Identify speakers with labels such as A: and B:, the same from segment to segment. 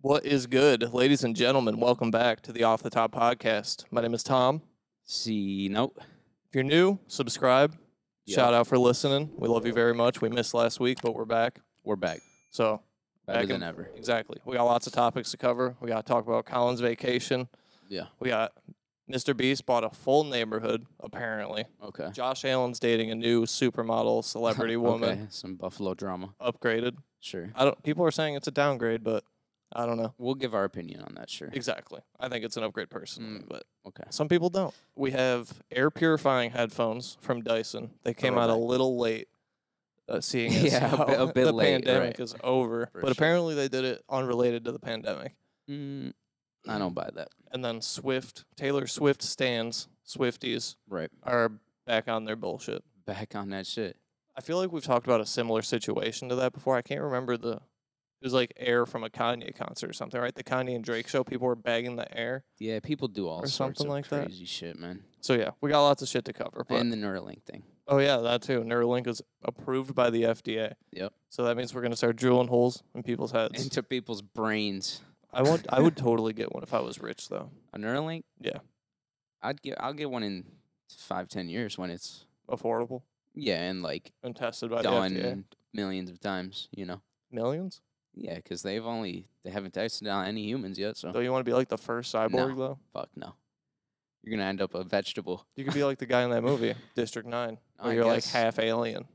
A: What is good, ladies and gentlemen? Welcome back to the Off the Top podcast. My name is Tom.
B: See, no.
A: If you're new, subscribe.
B: Yeah.
A: Shout out for listening. We love you very much. We missed last week, but we're back.
B: We're back.
A: So,
B: Better
A: Back
B: than
A: in-
B: ever.
A: exactly. We got lots of topics to cover. We got to talk about Colin's vacation.
B: Yeah.
A: We got Mr. Beast bought a full neighborhood, apparently.
B: Okay.
A: Josh Allen's dating a new supermodel celebrity woman.
B: Okay. Some Buffalo drama.
A: Upgraded.
B: Sure.
A: I don't people are saying it's a downgrade, but I don't know.
B: We'll give our opinion on that, sure.
A: Exactly. I think it's an upgrade personally,
B: Mm.
A: but
B: Okay.
A: Some people don't. We have air purifying headphones from Dyson. They came out a
B: Throwback.
A: little late, uh, seeing as
B: Yeah, a
A: how
B: bit- a bit
A: the
B: late,
A: pandemic
B: right.
A: is over.
B: For
A: but
B: sure.
A: apparently, they did it unrelated to the pandemic.
B: Mm, I don't buy that.
A: And then Swift, Taylor Swift stands, Swifties
B: Right.
A: are back on their bullshit.
B: Back on that shit.
A: I feel like we've talked about a similar situation to that before. I can't remember the. It was like air from a Kanye concert or something, right? The Kanye and Drake show. People were bagging the air.
B: Yeah, people do all
A: Or
B: sorts
A: something
B: of
A: like that.
B: crazy shit, man.
A: So yeah, we got lots of shit to cover. But
B: and the Neuralink thing.
A: Oh yeah, that too. Neuralink is approved by the FDA.
B: Yep.
A: So that means we're gonna start drilling holes in people's heads.
B: Into people's brains.
A: I want. I would totally get one if I was rich, though.
B: A Neuralink?
A: Yeah.
B: I'd get I'll get one in five, ten years when it's
A: Affordable
B: yeah, and like
A: and tested by the FDA.
B: done millions of times, you know.
A: Millions.
B: Yeah, because they've only they haven't tested on any humans yet, so
A: Don't you want to be like the first cyborg though?
B: fuck Oh. no. You're gonna end up a vegetable.
A: You could be like the guy in that movie, District Nine, where
B: I
A: you're like
B: guess.
A: half alien.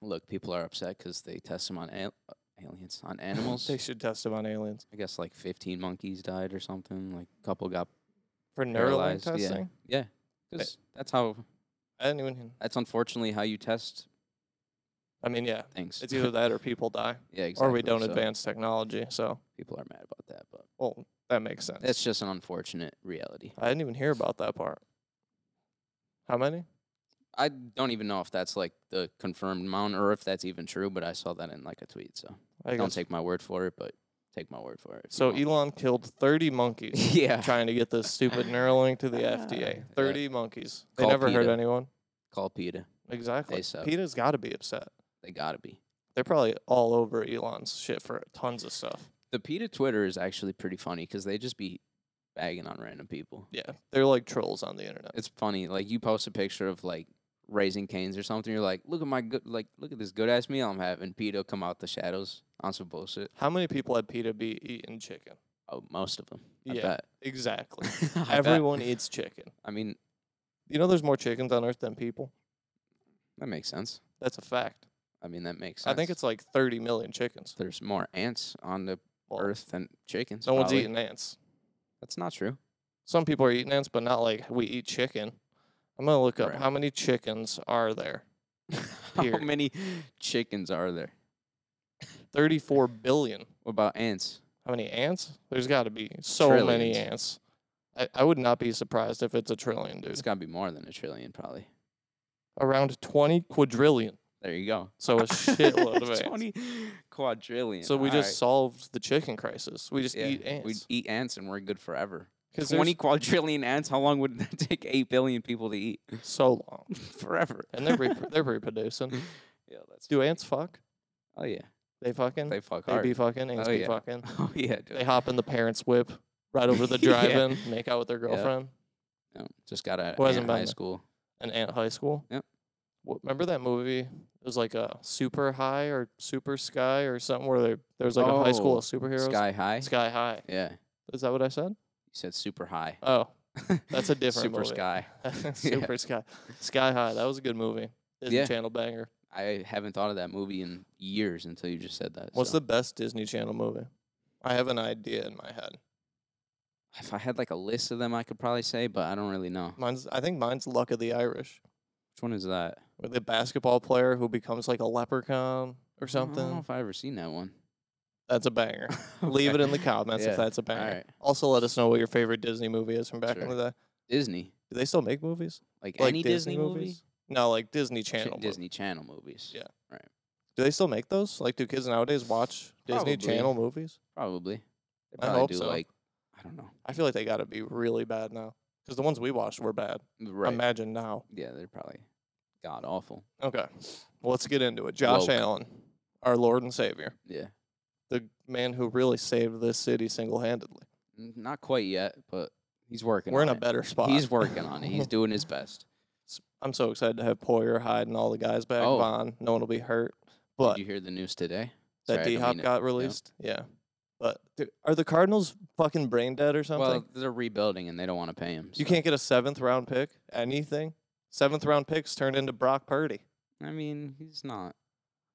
B: Look, people are upset because they test them on al- uh, aliens, on animals.
A: they should test him on aliens
B: I guess like 15 monkeys died or something. Like a couple got
A: for Neuralink
B: paralyzed.
A: testing.
B: Yeah, yeah. 'Cause that's how.
A: I didn't even.
B: That's unfortunately how you test
A: I mean, yeah,
B: things.
A: it's either that or people die,
B: yeah, exactly.
A: or we don't
B: so
A: advance technology. So,
B: People are mad about that, but
A: well, that makes sense.
B: that's just an unfortunate reality.
A: I didn't even hear about that part. How many?
B: I don't even know if that's like the confirmed amount or if that's even true, but I saw that in like a tweet. So
A: I
B: don't
A: guess
B: take my word for it, but take my word for it. if you
A: So
B: want.
A: Elon killed 30 monkeys
B: yeah,
A: trying to get this stupid Neuralink to the FDA.
B: Ah, that-
A: 30 monkeys. They
B: Call
A: never hurt
B: PETA.
A: anyone.
B: call PETA.
A: Exactly.
B: suck.
A: PETA's got to be upset.
B: They gotta be.
A: They're probably all over Elon's shit for tons of stuff.
B: The PETA Twitter is actually pretty funny because they just be bagging on random people.
A: Yeah, they're like trolls on the internet.
B: It's funny. Like you post a picture of like raising canes or something. You're like, look at my good, like look at this good ass meal I'm having. PETA come out the shadows on some bullshit.
A: How many people at PETA be eating chicken?
B: Oh, most of them. I
A: Yeah,
B: bet.
A: exactly.
B: I bet.
A: Everyone e eats chicken.
B: I mean,
A: You know, there's more chickens on Earth than people.
B: that makes sense.
A: That's a fact.
B: I mean, that makes sense.
A: I think it's like 30 million chickens.
B: there's more ants on the
A: Well,
B: earth than chickens.
A: No one's
B: probably.
A: eating ants.
B: That's not true.
A: some people are eating ants, but not like we eat chicken. I'm gonna look up
B: Right.
A: how many chickens are there.
B: How
A: Period.
B: many chickens are there?
A: 34 billion.
B: What about ants?
A: How many ants? There's got to be so many
B: Trillions.
A: ants. I, I would not be surprised if it's a trillion, dude.
B: It's got to be more than a trillion, probably.
A: Around 20 quadrillion.
B: There you go.
A: So a shitload of ants.
B: 20 quadrillion.
A: So we
B: All
A: just
B: right.
A: solved the chicken crisis. We just
B: Yeah,
A: eat
B: We
A: ants.
B: eat ants and we're good forever.
A: Because
B: 20 quadrillion ants. How long would that take 8 billion people to eat?
A: so long.
B: forever.
A: And they're, repro- they're reproducing.
B: yeah, that's.
A: Do ants fuck?
B: Oh, yeah.
A: They fucking? They,
B: They fuck hard.
A: be fucking? Ants
B: Oh,
A: be
B: yeah.
A: fucking?
B: oh, yeah.
A: They
B: Dude.
A: hop in the parents' whip, ride over the
B: Yeah.
A: drive-in, make out with their girlfriend,
B: No, just got out
A: Who hasn't
B: of
A: been
B: high
A: there?
B: school.
A: and Ant High School.
B: Yep.
A: Wha- remember that movie? It was like a Super High or Super Sky or something where there, there was like a high school
B: Oh,
A: of superheroes.
B: Sky high?
A: Sky High.
B: Yeah. You
A: Is that what I said?
B: said super high.
A: Oh, That's a different
B: Super
A: movie.
B: sky.
A: Super Sky. Sky High. That was a good movie. Disney
B: Yeah.
A: Channel banger.
B: I haven't thought of that movie in years until you just said that.
A: What's
B: so.
A: the best Disney Channel movie? I have an idea in my head.
B: If I had like a list of them, I could probably say, but I don't really know.
A: Mine's. I think mine's Luck of the Irish,
B: Which one is that?
A: with the basketball player who becomes like a leprechaun or
B: I don't know
A: something.
B: if I ever seen that one.
A: That's a banger. Leave it in the
B: Okay.
A: comments
B: Yeah.
A: if that's a
B: All
A: banger.
B: right.
A: Also, let us know what your favorite Disney movie is from back in
B: Sure.
A: the day.
B: Disney.
A: Do they still make movies?
B: Like,
A: Like
B: any Disney, movie?
A: No, like Disney
B: Chi-
A: Channel. movies.
B: Disney Channel movies.
A: Yeah.
B: Right.
A: Do they still make those? Like, do kids nowadays watch Disney
B: Probably.
A: Channel movies?
B: Probably. They
A: I
B: probably
A: hope
B: do
A: so.
B: like I don't know.
A: I feel like they got to be really bad now because the ones we watched were bad.
B: Right.
A: Imagine now.
B: yeah, they're probably god awful.
A: Okay, well, let's get into it. Josh
B: Woke.
A: Allen, our Lord and Savior,
B: Yeah.
A: the man who really saved this city single handedly.
B: N- Not quite yet, but he's working.
A: We're in
B: on
A: a
B: it.
A: better spot.
B: He's working on it. He's doing his best.
A: I'm so excited to have Poyer, Hyde, and all the guys back.
B: Oh.
A: Vaughn, no one will be hurt. But
B: Did you hear the news today?
A: that
B: Sorry,
A: D
B: I don't
A: Hop
B: mean it.
A: got released. Yeah. But dude, are the Cardinals fucking brain dead or something?
B: Well, they're rebuilding and they don't want to pay him.
A: you
B: so-
A: can't get a seventh round pick. Anything. Seventh round picks turned into Brock Purdy.
B: I mean, he's not.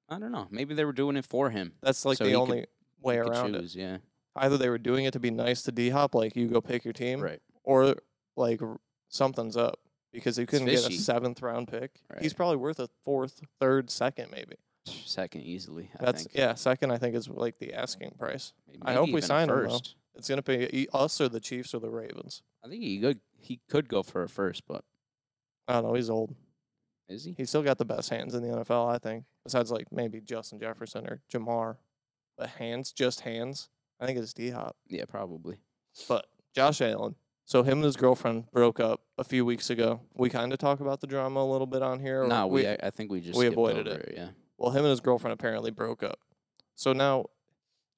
B: I don't know. Maybe they were doing it for him.
A: That's like
B: So he
A: the
B: could-
A: only way
B: He could
A: around it.
B: choose, Yeah.
A: Either they were doing it to be nice to D Hop, like you go pick your team,
B: Right.
A: or like r- something's up because you couldn't get a
B: fishy.
A: seventh round pick. He's
B: Right.
A: probably worth a fourth, third, second, maybe.
B: Second easily. I
A: That's
B: think.
A: yeah. Second, I think is like the asking price.
B: Maybe
A: I hope we
B: even a
A: sign him, though.
B: first.
A: It's gonna be e- us or the Chiefs or the Ravens.
B: I think he could. He could go for a first, but
A: I don't know. He's old.
B: is he?
A: He's still got the best hands in the NFL, I think. Besides like maybe Justin Jefferson or Jamar, but hands, just hands. I think it's D Hop.
B: Yeah, probably.
A: But Josh Allen. So him and his girlfriend broke up a few weeks ago. We kind of talk about the drama a little bit on here.
B: No,
A: or
B: we. I I think we just
A: we
B: skipped
A: avoided
B: over
A: it.
B: Yeah.
A: Well, him and his girlfriend apparently broke up. So now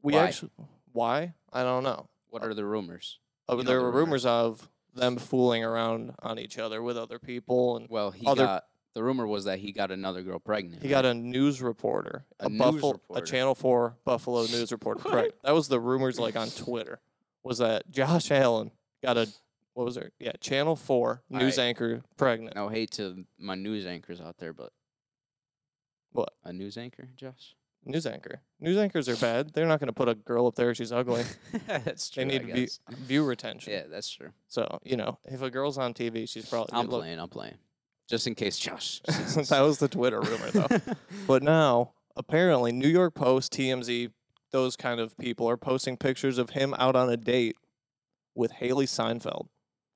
A: we
B: Why?
A: actually why? I don't know.
B: What are the rumors?
A: Uh,
B: You know
A: there
B: the
A: were rumors
B: rumors.
A: of them fooling around on each other with other people and
B: Well, he
A: Other-
B: got the rumor was that he got another girl pregnant.
A: he got
B: right?
A: a news reporter, a,
B: A news
A: Buffalo, a
B: reporter.
A: Channel Four Buffalo news reporter.
B: What?
A: Correct. That was the rumors like on Twitter was that Josh Allen got a what was it? Yeah, Channel Four news
B: Alright.
A: anchor pregnant.
B: No hate to my news anchors out there, but
A: What?
B: a news anchor, Josh?
A: News anchor. News anchors are bad. They're not going to put a girl up there. if She's ugly.
B: that's
A: They
B: true.
A: need
B: I
A: view,
B: guess.
A: view retention.
B: Yeah, that's true.
A: So you know, if a girl's on TV, she's probably.
B: I'm
A: look-
B: playing. I'm playing. Just in case Josh. sees
A: that was the Twitter
B: this.
A: rumor though. But now, apparently, New York Post, TMZ, those kind of people are posting pictures of him out on a date with Haley Seinfeld.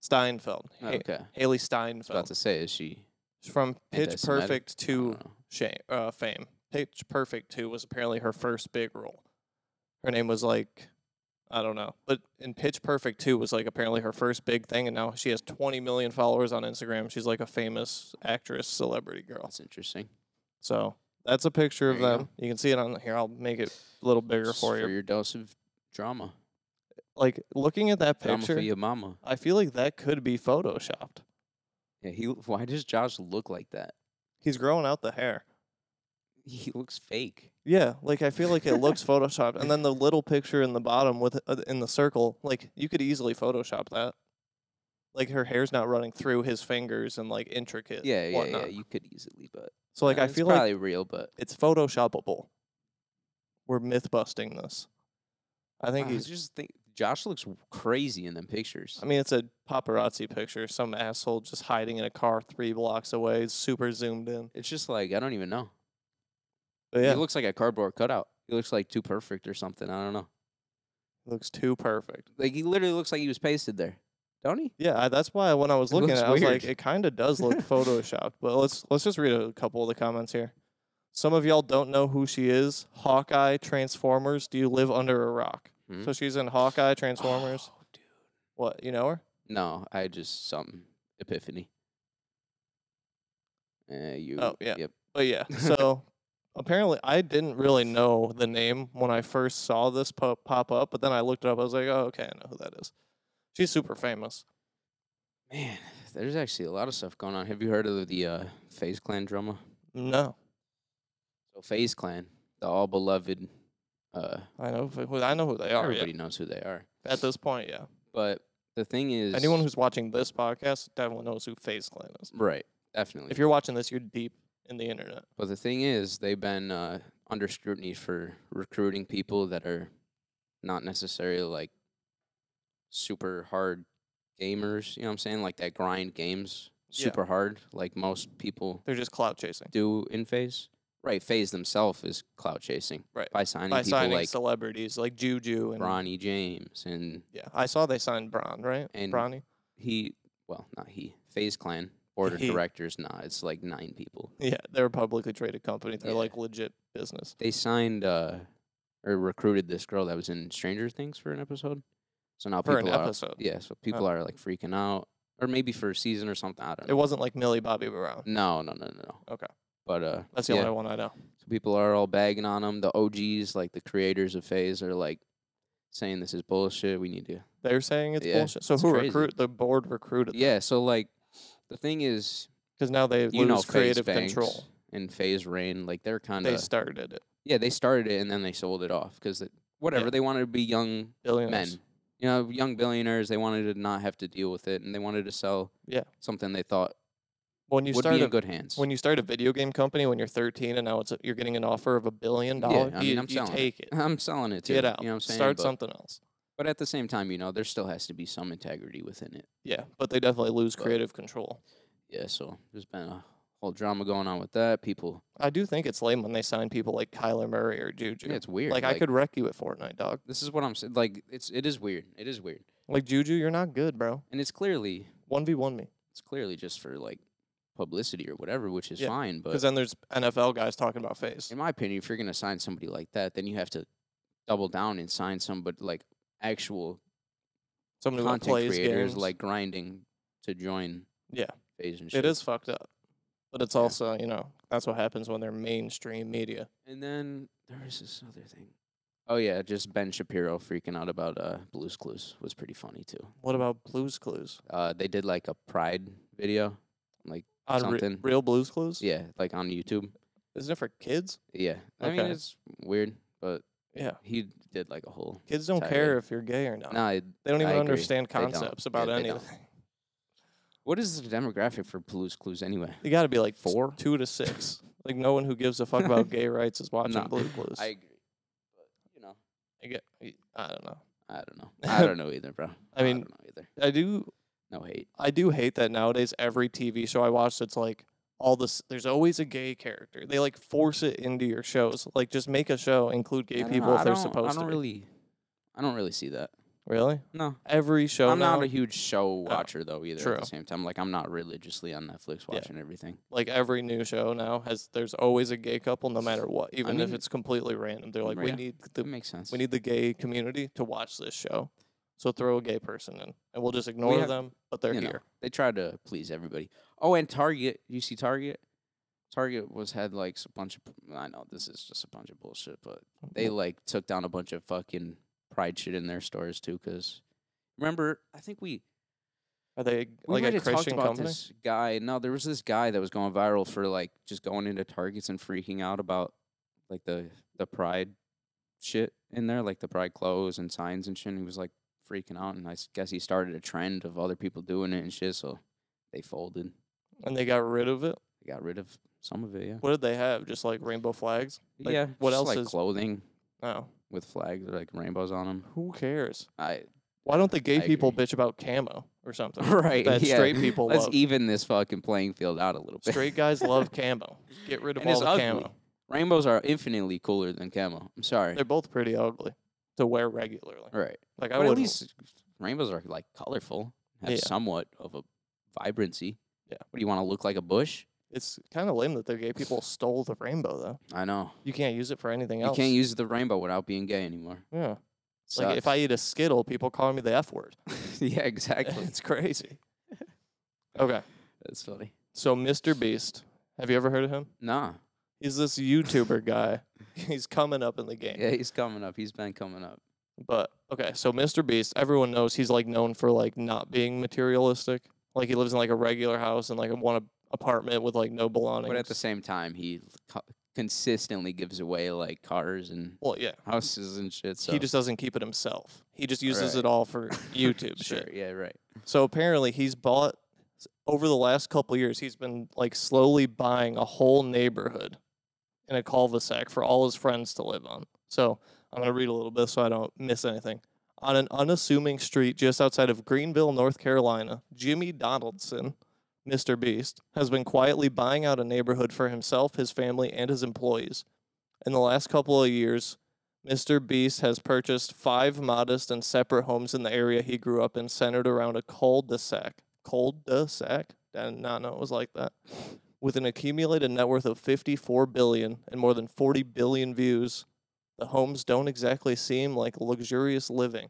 A: Steinfeld. Ha-
B: okay. I
A: Haley
B: was about
A: Steinfeld.
B: to say, is she?
A: From Pitch
B: anti-Semitic?
A: Perfect
B: Uh-huh. I don't
A: to
B: know.
A: shame, uh, Fame. Pitch Perfect 2 was apparently her first big role. Her name was like, I don't know. But in Pitch Perfect 2 was like apparently her first big thing. And now she has 20 million followers on Instagram. She's like a famous actress, celebrity girl.
B: That's interesting.
A: So that's a picture of
B: There you go.
A: them. You can see it on here. I'll make it a little bigger
B: Just
A: for you.
B: your dose of drama.
A: Like looking at that
B: Drama for
A: picture,
B: your mama.
A: I feel like that could be photoshopped.
B: Yeah. He. Why does Josh look like that?
A: He's growing out the hair.
B: He looks fake.
A: Yeah, like I feel like it looks photoshopped. And then the little picture in the bottom with uh, in the circle, like you could easily photoshop that. Like her hair's not running through his fingers and like intricate.
B: Yeah, yeah,
A: whatnot.
B: yeah. You could easily, but
A: So Uh, like
B: uh,
A: I
B: it's
A: feel like
B: probably real, but
A: it's photoshoppable. We're myth busting this. I think
B: uh,
A: he's
B: just think Josh looks crazy in them pictures.
A: I mean, it's a paparazzi picture. Some asshole just hiding in a car three blocks away, super zoomed in.
B: It's just like I don't even know.
A: But
B: He
A: yeah,
B: looks like a cardboard cutout. He looks like too perfect or something. I don't know.
A: looks too perfect.
B: Like he literally looks like he was pasted there. Don't he?
A: Yeah, I, that's why when I was
B: It
A: looking at it,
B: looks
A: I was like,
B: weird.
A: it kind of does look photoshopped. But let's let's just read a couple of the comments here. Some of y'all don't know who she is. Hawkeye, Transformers. Do you live under a rock?
B: Hmm?
A: So she's in Hawkeye, Transformers.
B: Oh, dude.
A: What you know her?
B: No, I just some epiphany. Uh, you.
A: Oh, yeah.
B: Yep.
A: But yeah, so apparently I didn't really know the name when I first saw this po- pop up, but then I looked it up. I was like, oh, okay, I know who that is. She's super famous.
B: Man, there's actually a lot of stuff going on. Have you heard of the uh, Phase Clan drama?
A: No,
B: So Phase Clan, the all beloved. Uh,
A: I know who, I know who they are. yeah.
B: everybody knows who they are.
A: At this point, yeah.
B: But the thing is,
A: Anyone who's watching this podcast definitely knows who Phase Clan is.
B: right, definitely.
A: If you're watching this, you're deep in the internet.
B: But the thing is, they've been uh, under scrutiny for recruiting people that are not necessarily like super hard gamers. You know what I'm saying? Like that grind games
A: Yeah.
B: super hard, like most people
A: They're just clout chasing
B: do in phase. Right, phase themselves is clout chasing.
A: Right.
B: By signing
A: by
B: people
A: signing
B: like
A: celebrities like Juju and
B: Bronny James and
A: Yeah, I saw they signed Bron, right?
B: And
A: Bronny.
B: he well, not he, Phase Clan, board of
A: He.
B: directors, nah, it's like nine people.
A: Yeah, they're a publicly traded company. They're
B: Yeah.
A: like legit business.
B: they signed uh or recruited this girl that was in Stranger Things for an episode. So now
A: For an
B: people are
A: episode. Oh.
B: yeah, so people are like freaking out, or maybe for a season or something. I don't
A: It
B: know.
A: wasn't like Millie Bobby Brown.
B: no, no, no, no, no.
A: Okay.
B: but uh,
A: That's the
B: yeah.
A: only one I know.
B: So people are all bagging on him. The OGs, like the creators of Phase, are like saying this is bullshit. We need to
A: They're saying it's
B: Yeah,
A: bullshit. So
B: it's
A: who
B: crazy.
A: recruit the board recruited?
B: Yeah, so like the thing is,
A: because now they
B: you
A: lose
B: know,
A: creative
B: Phase Banks
A: control.
B: and Phase Rain, like they're kind
A: They
B: of
A: started it.
B: yeah, they started it and then they sold it off because whatever they wanted to be young,
A: Billionaires.
B: you know, young billionaires. They wanted to not have to deal with it and they wanted to sell
A: Yeah.
B: something they thought
A: When you
B: would
A: start
B: be
A: a,
B: in good hands.
A: when you start a video game company when you're 13 and now it's a, you're getting an offer of a billion
B: Yeah,
A: dollars,
B: I mean,
A: you,
B: I'm
A: you
B: selling it.
A: take it.
B: I'm selling it too.
A: Get out.
B: You know what I'm saying?
A: Start
B: but,
A: something else.
B: but at the same time, you know, there still has to be some integrity within it.
A: Yeah, but they definitely lose
B: But-
A: creative control.
B: Yeah, so there's been a whole drama going on with that. People,
A: I do think it's lame when they sign people like Kyler Murray or Juju.
B: yeah, it's weird.
A: like, I could wreck you at Fortnite, dog.
B: This is what I'm saying. Like it's it is weird. It is weird,
A: Like Juju, you're not good, bro.
B: and it's clearly
A: One v one me.
B: it's clearly just for like publicity or whatever, which is
A: Yeah,
B: fine. But
A: Because then there's NFL guys talking about face.
B: in my opinion, if you're gonna sign somebody like that, then you have to double down and sign somebody like actual
A: Somebody who
B: content
A: plays
B: creators,
A: games.
B: like grinding to join.
A: Yeah.
B: phase and shit.
A: it is fucked up, but it's
B: Yeah.
A: also you know that's what happens when they're mainstream media.
B: And then there was this other thing. Oh yeah, just Ben Shapiro freaking out about uh, Blue's Clues was pretty funny too.
A: What about Blue's Clues?
B: Uh, they did like a Pride video,
A: On Re-
B: Something.
A: real Blue's Clues?
B: yeah, like on YouTube.
A: Isn't it for kids?
B: Yeah, I mean
A: Okay.
B: it's weird, but
A: Yeah.
B: he did like a whole.
A: Kids don't
B: Tired.
A: care if you're gay or not.
B: Nah, I-
A: they don't
B: I
A: even
B: agree.
A: understand
B: They don't.
A: concepts
B: Yeah,
A: about
B: they don't.
A: anything.
B: what is the demographic for Blue's Clues anyway?
A: You got to be like
B: Four?
A: two to six. like no one who gives a fuck about gay rights is watching
B: No,
A: Blue Clues.
B: I agree, but you know,
A: I get, I don't know.
B: I don't know. I don't know either, bro.
A: I mean-
B: don't know either.
A: I do
B: No hate.
A: I do hate that nowadays every TV show I watch it's like all this there's always a gay character. They like force it into your shows. Like just make a show include
B: I
A: gay
B: don't know,
A: people
B: I
A: if they're
B: don't-
A: supposed
B: I
A: to.
B: don't
A: be.
B: really, I don't really see that.
A: Really?
B: No,
A: Every show
B: I'm
A: now,
B: not a huge show watcher though either. At
A: true.
B: the same time, like I'm not religiously on Netflix watching everything.
A: like every new show now has there's always a gay couple no matter what, even if
B: mean-
A: it's completely random. They're like we
B: Yeah. Mm.
A: need
B: That
A: the
B: makes sense.
A: we need the gay community to watch this show. So throw a gay person in and we'll just ignore
B: have-
A: them, but they're
B: you know,
A: here.
B: they try to please everybody. Oh, and Target. You see Target. Target was had like s- a bunch of. I know this is just a bunch of bullshit, but they like took down a bunch of fucking pride shit in their stores too. Because remember, I think we
A: Are they
B: we
A: like
B: might
A: a
B: have talked
A: Christian
B: about
A: company?
B: this guy. No, there was this guy that was going viral for like just going into Targets and freaking out about like the the pride shit in there, like the pride clothes and signs and shit. And he was like freaking out, and I s- guess he started a trend of other people doing it and shit. So they folded,
A: And they got rid of it.
B: they got rid of some of it. Yeah,
A: What did they have? Just like rainbow flags? Like,
B: yeah.
A: what
B: just,
A: else
B: like
A: is-
B: clothing
A: Oh,
B: with flags or like rainbows on them?
A: who cares?
B: I
A: Why don't the gay
B: I
A: people
B: agree.
A: bitch about camo or something?
B: right.
A: That
B: yeah.
A: straight people
B: Let's
A: love.
B: even this fucking playing field out a little bit.
A: Straight guys love camo. Get rid of
B: And
A: all
B: it's
A: the
B: ugly.
A: camo.
B: Rainbows are infinitely cooler than camo. I'm sorry.
A: They're both pretty ugly to wear regularly.
B: All right.
A: Like I
B: But at
A: would
B: least rainbows are like colorful, have
A: Yeah.
B: somewhat of a vibrancy.
A: Yeah.
B: What do you want to look like a bush?
A: It's kind of lame that the gay people stole the rainbow though.
B: I know.
A: You can't use it for anything
B: You
A: else.
B: can't use the rainbow without being gay anymore.
A: Yeah. Like if I eat a skittle, people call me the f word.
B: Sucks. yeah, exactly.
A: it's crazy. okay.
B: That's funny.
A: So Mr. Beast, have you ever heard of him?
B: Nah.
A: He's this YouTuber guy. He's coming up in the game.
B: Yeah, he's coming up. He's been coming up.
A: But okay, so Mr. Beast, everyone knows he's like known for like not being materialistic. Like he lives in like a regular house and like a one a- apartment with like no belongings.
B: But at the same time, he co- consistently gives away like cars and
A: well, yeah,
B: houses and shit. So
A: he just doesn't keep it himself. He just uses
B: Right.
A: it all for YouTube
B: sure.
A: shit.
B: Yeah, right.
A: So apparently, he's bought over the last couple years. He's been like slowly buying a whole neighborhood in a cul-de-sac for all his friends to live on. So I'm gonna read a little bit so I don't miss anything. On an unassuming street just outside of Greenville, North Carolina, Jimmy Donaldson, Mr. Beast, has been quietly buying out a neighborhood for himself, his family, and his employees. In the last couple of years, Mr. Beast has purchased five modest and separate homes in the area he grew up in, centered around a cul-de-sac. Cul-de-sac? I did not know it was like that. With an accumulated net worth of 54 billion and more than 40 billion views, the homes don't exactly seem like luxurious living.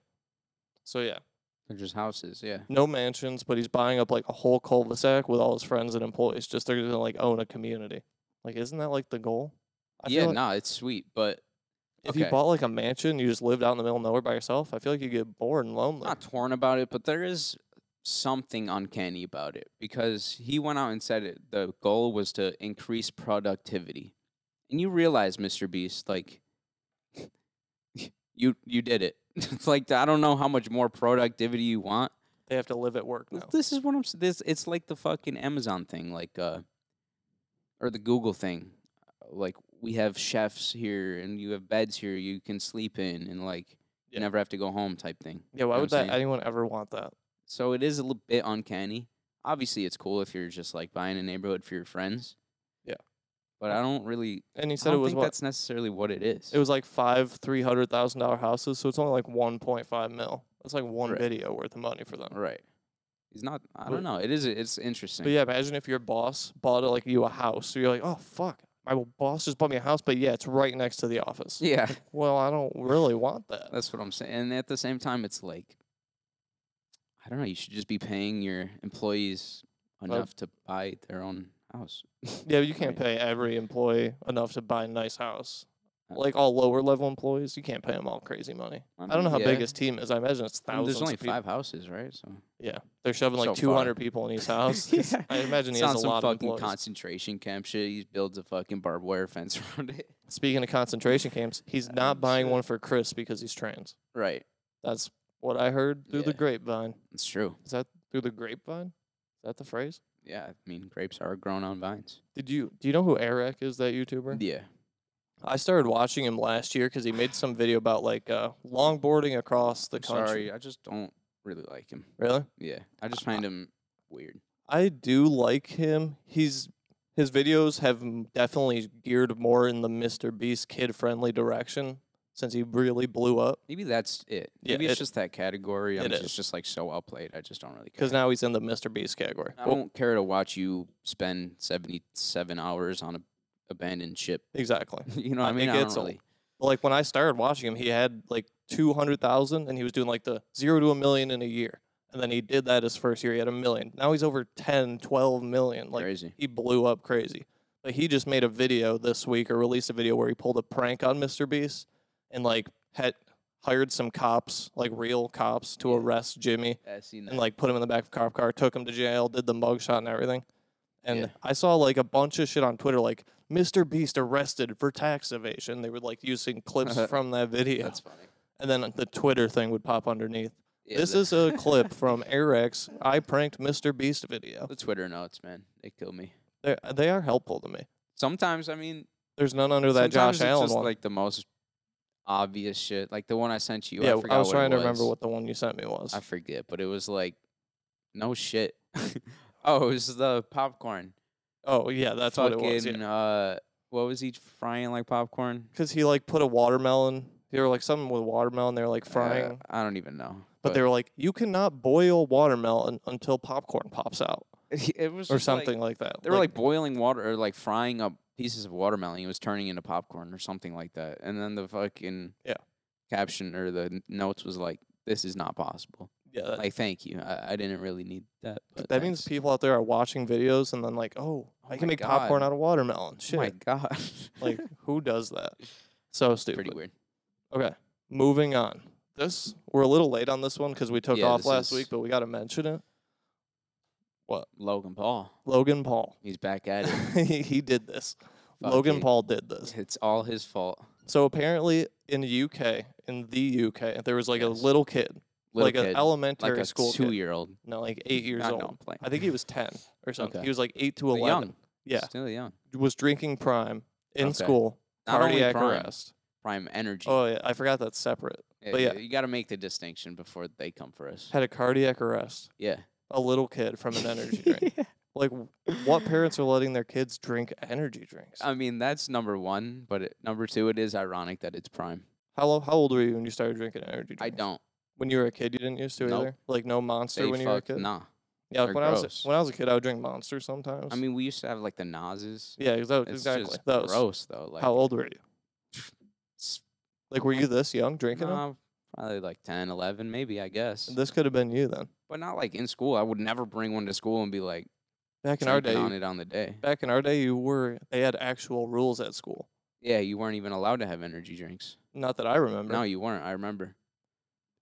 A: So yeah,
B: They're just houses. Yeah.
A: no mansions, but he's buying up like a whole cul-de-sac with all his friends and employees. Just they're gonna like own a community. Like, isn't that like the goal? I feel
B: yeah,
A: like
B: nah, it's sweet, but
A: if you
B: okay.
A: bought like a mansion, you just lived out in the middle of nowhere by yourself. I feel like you get bored and lonely.
B: I'm not torn about it, but there is something uncanny about it because he went out and said it, the goal was to increase productivity. And you realize, Mr. Beast, like you you did it. it's like I don't know how much more productivity you want.
A: They have to live at work now.
B: This is what I'm s- this it's like the fucking Amazon thing, like uh or the Google thing. Like we have chefs here and you have beds here you can sleep in and like
A: Yeah.
B: you never have to go home type thing.
A: Yeah, why
B: I'm
A: would that
B: saying.
A: anyone ever want that?
B: So it is a little bit uncanny. Obviously, it's cool if you're just like buying a neighborhood for your friends.
A: Yeah.
B: But I don't really.
A: And he
B: I
A: said it
B: don't
A: was
B: think
A: what
B: that's necessarily what it is.
A: it was like five three hundred thousand dollar houses, so it's only like one point five mil. That's like one
B: Right.
A: video worth of money for them.
B: right. He's not. I
A: But-
B: don't know. It is. It's interesting.
A: But yeah, imagine if your boss bought uh, like you a house. So you're like, oh fuck, my boss just bought me a house, but yeah, it's right next to the office.
B: Yeah,
A: Well, I don't really want that.
B: that's what I'm saying. And at the same time, it's like, I don't know. You should just be paying your employees enough to buy their own house.
A: Yeah, but you can't pay
B: Right.
A: every employee enough to buy a nice house.
B: Uh,
A: Like all lower level employees, you can't pay them all crazy money.
B: I
A: I don't know
B: mean,
A: how big
B: yeah.
A: his team is. I imagine it's
B: I mean,
A: thousands.
B: there's only
A: of people.
B: five houses, right? So
A: They're shoving like
B: so far.
A: 200 people in his house. It's-
B: Yeah.
A: I imagine he
B: It's
A: has
B: not
A: a
B: some
A: lot of
B: fucking
A: employees.
B: concentration camp shit. He builds a fucking barbed wire fence around it.
A: Speaking of concentration camps, he's
B: Oh,
A: not buying
B: shit.
A: one for Chris because he's trans.
B: Right.
A: That's what I heard through the
B: Yeah.
A: grapevine.
B: It's true.
A: Is that through the grapevine? Is that the phrase?
B: Yeah, I mean grapes are grown on vines.
A: Did you do you know who Eric is? That YouTuber.
B: Yeah.
A: I started watching him last year because he made some video about like uh, longboarding across the
B: I'm
A: country.
B: sorry, uh, I just don't really like him.
A: Really?
B: Yeah. I just find him weird.
A: I do like him. He's his videos have m- definitely geared more in the Mr. Beast kid friendly direction since he really blew up.
B: Maybe that's it.
A: Yeah,
B: Maybe it's
A: it-
B: just that category. I'm
A: it
B: just,
A: is.
B: just like so outplayed. I just don't really care.
A: Because now he's in the Mr. Beast category.
B: I
A: Well,
B: don't care to watch you spend 77 hours on a abandoned ship.
A: exactly.
B: you know what
A: I
B: I mean?
A: think
B: I don't
A: it's old.
B: really.
A: But, Like when I started watching him, he had like two hundred thousand, and he was doing like the zero to a million in a year. And then he did that his first year. He had a million. Now he's over 10, 12 million. Like
B: crazy.
A: he blew up crazy. But he just made a video this week or released a video where he pulled a prank on Mr. Beast and like had hired some cops, like real cops, to
B: Yeah.
A: arrest Jimmy
B: I seen
A: and like put him in the back of a cop car, took him to jail, did the mugshot and everything. And
B: Yeah.
A: I saw like a bunch of shit on Twitter, like Mr. Beast arrested for tax evasion. They were like using clips from that video,
B: That's funny.
A: and then the Twitter thing would pop underneath.
B: Yeah,
A: this
B: the-
A: is a clip from Eric's "I pranked Mr. Beast" video.
B: the Twitter notes, man. They kill me.
A: They they are helpful to me.
B: Sometimes, I mean,
A: There's none under that
B: Sometimes
A: Josh
B: it's
A: Allen
B: just,
A: one.
B: like the most obvious shit. Like the one I sent you.
A: yeah,
B: I,
A: I,
B: forgot
A: was
B: what
A: trying
B: it
A: to remember
B: was.
A: what the one you sent me was.
B: I forget, but it was like, no shit. oh, it was the popcorn.
A: oh yeah, that's what
B: Fucking,
A: it was. yeah.
B: Uh, what was he frying like popcorn?
A: Because he like put a watermelon. They were like something with watermelon. They were like
B: Uh,
A: frying.
B: I don't even know.
A: But they were like, you cannot boil watermelon until popcorn pops out
B: it was
A: or
B: just, like-
A: something like, that.
B: they were like boiling water or like frying up pieces of watermelon. It was turning into popcorn or something like that. And then the fucking
A: Yeah.
B: caption or the n- notes was like, "This is not possible."
A: yeah, that,
B: Like, thank you. I, I didn't really need that.
A: Uh, that
B: But
A: means
B: thanks."
A: people out there are watching videos and then like, oh, I
B: my
A: can make popcorn
B: God.
A: out of watermelon.
B: Oh
A: Shit.
B: my god.
A: like, who does that? So
B: pretty
A: stupid.
B: weird.
A: Okay, moving on. This we're a little late on this one because we took
B: Yeah,
A: off
B: this
A: last
B: is-
A: week, but we got to mention it.
B: Logan Paul.
A: Logan Paul.
B: He's back at it.
A: he he did this.
B: Fuck
A: Logan
B: it.
A: Paul did this.
B: It's all his fault.
A: So apparently in the UK, in the UK, there was like a
B: Yes.
A: little kid,
B: Little
A: like
B: kid,
A: an
B: like
A: elementary
B: a
A: school kid.
B: two-year-old.
A: no, like eight years
B: I know,
A: old.
B: I'm playing.
A: I think he was ten or something.
B: Okay.
A: He was like eight to
B: But
A: eleven.
B: young.
A: Yeah,
B: Still young.
A: was drinking prime in
B: Okay.
A: school,
B: Not only
A: cardiac
B: prime,
A: arrest.
B: prime energy.
A: Oh yeah, I forgot that's separate.
B: Yeah,
A: but yeah.
B: you got to make the distinction before they come for us.
A: Had a cardiac arrest.
B: Yeah.
A: A little kid from an energy drink. Like, w- what parents are letting their kids drink energy drinks?
B: I mean, that's number one. But it, number two, it is ironic that it's prime.
A: How lo- how old were you when you started drinking energy drinks?
B: I don't.
A: When you were a kid, you didn't used to
B: Nope.
A: either. Like no monster
B: They
A: when you were a
B: fuck
A: kid.
B: nah.
A: yeah,
B: they're
A: like, when I was
B: gross.
A: when I was a kid, I would drink monster sometimes.
B: I mean, we used to have like the Nas's.
A: yeah, exactly.
B: It's
A: exactly.
B: just
A: Those.
B: gross though. Like
A: how old were you?
B: s-
A: Like, were you this young drinking them?
B: nah, probably like 10, 11, maybe I guess.
A: This could have been you then.
B: but not like in school. I would never bring one to school and be like
A: Back in our
B: drinking
A: day,
B: on it on the day.
A: back in our day, you were they had actual rules at school.
B: Yeah, you weren't even allowed to have energy drinks.
A: Not that I remember.
B: No, you weren't. I remember.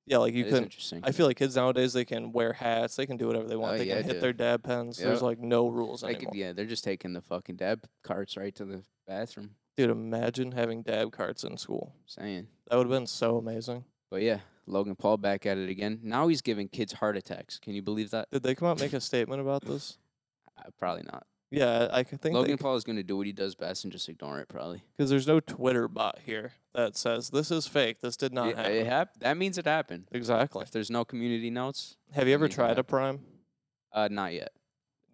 A: yeah, like you
B: That is
A: couldn't.
B: interesting.
A: I feel like kids nowadays they can wear hats, they can do whatever they want,
B: Oh,
A: they
B: yeah,
A: can hit
B: dude.
A: their dab pens. There's
B: Yeah.
A: like no rules
B: They
A: anymore.
B: could- yeah, they're just taking the fucking dab carts right to the bathroom.
A: Dude, imagine having dab cards in school.
B: Saying,
A: That would have been so amazing.
B: but yeah, Logan Paul back at it again. Now he's giving kids heart attacks. Can you believe that?
A: Did they come out and make a statement about this?
B: Uh, probably not.
A: Yeah, I could think
B: Logan Paul is going to do what he does best and just ignore it. Probably.
A: because there's no Twitter bot here that says this is fake. This did not
B: It-
A: happen.
B: it hap- that means it happened.
A: Exactly.
B: If there's no community notes,
A: Have you ever
B: means it
A: tried a
B: happened.
A: prime?
B: uh, not yet.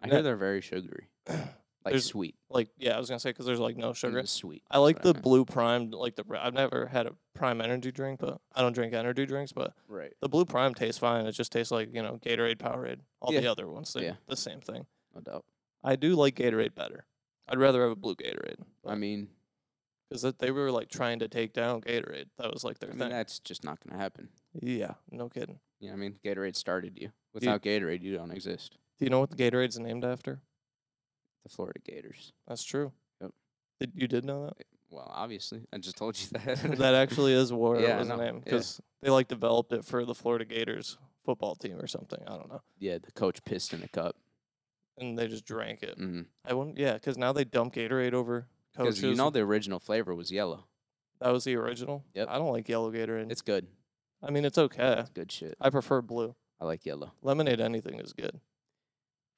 B: I
A: No.
B: hear they're very sugary, like
A: There's
B: sweet.
A: Like, yeah, I was gonna say because there's like no
B: and
A: sugar.
B: the sweet.
A: I
B: that's
A: like
B: what
A: the
B: meant.
A: blue prime, like the. I've never had a prime energy drink, but I don't drink energy drinks. But
B: right.
A: the blue prime tastes fine. It just tastes like you know Gatorade, Powerade, all the
B: Yeah.
A: other ones. They're
B: Yeah.
A: the same thing.
B: No doubt.
A: I do like Gatorade better. I'd rather have a blue Gatorade
B: I mean,
A: because they were like trying to take down Gatorade. That was like
B: I
A: their
B: mean
A: thing.
B: that's just not going to happen.
A: yeah, no kidding.
B: You know what I mean? Gatorade started you. Without Gatorade, you don't exist.
A: Do you know what the Gatorade's named after?
B: The Florida Gators.
A: That's true.
B: Yep.
A: Did, you did know that?
B: Well, obviously, I just told you that.
A: that actually is where
B: Yeah, I
A: it was
B: know.
A: named
B: Yeah.
A: because they like developed it for the Florida Gators football team or something. I don't know.
B: yeah, the coach pissed in a cup.
A: And they just drank it.
B: Mm.
A: I wouldn't. Yeah, because now they dump Gatorade over coaches.
B: Because you know
A: and-
B: the original flavor was yellow.
A: that was the original.
B: Yep.
A: I don't like yellow Gatorade.
B: It's good.
A: I mean, it's okay.
B: It's good shit.
A: I prefer blue.
B: I like yellow.
A: Lemonade, anything is good.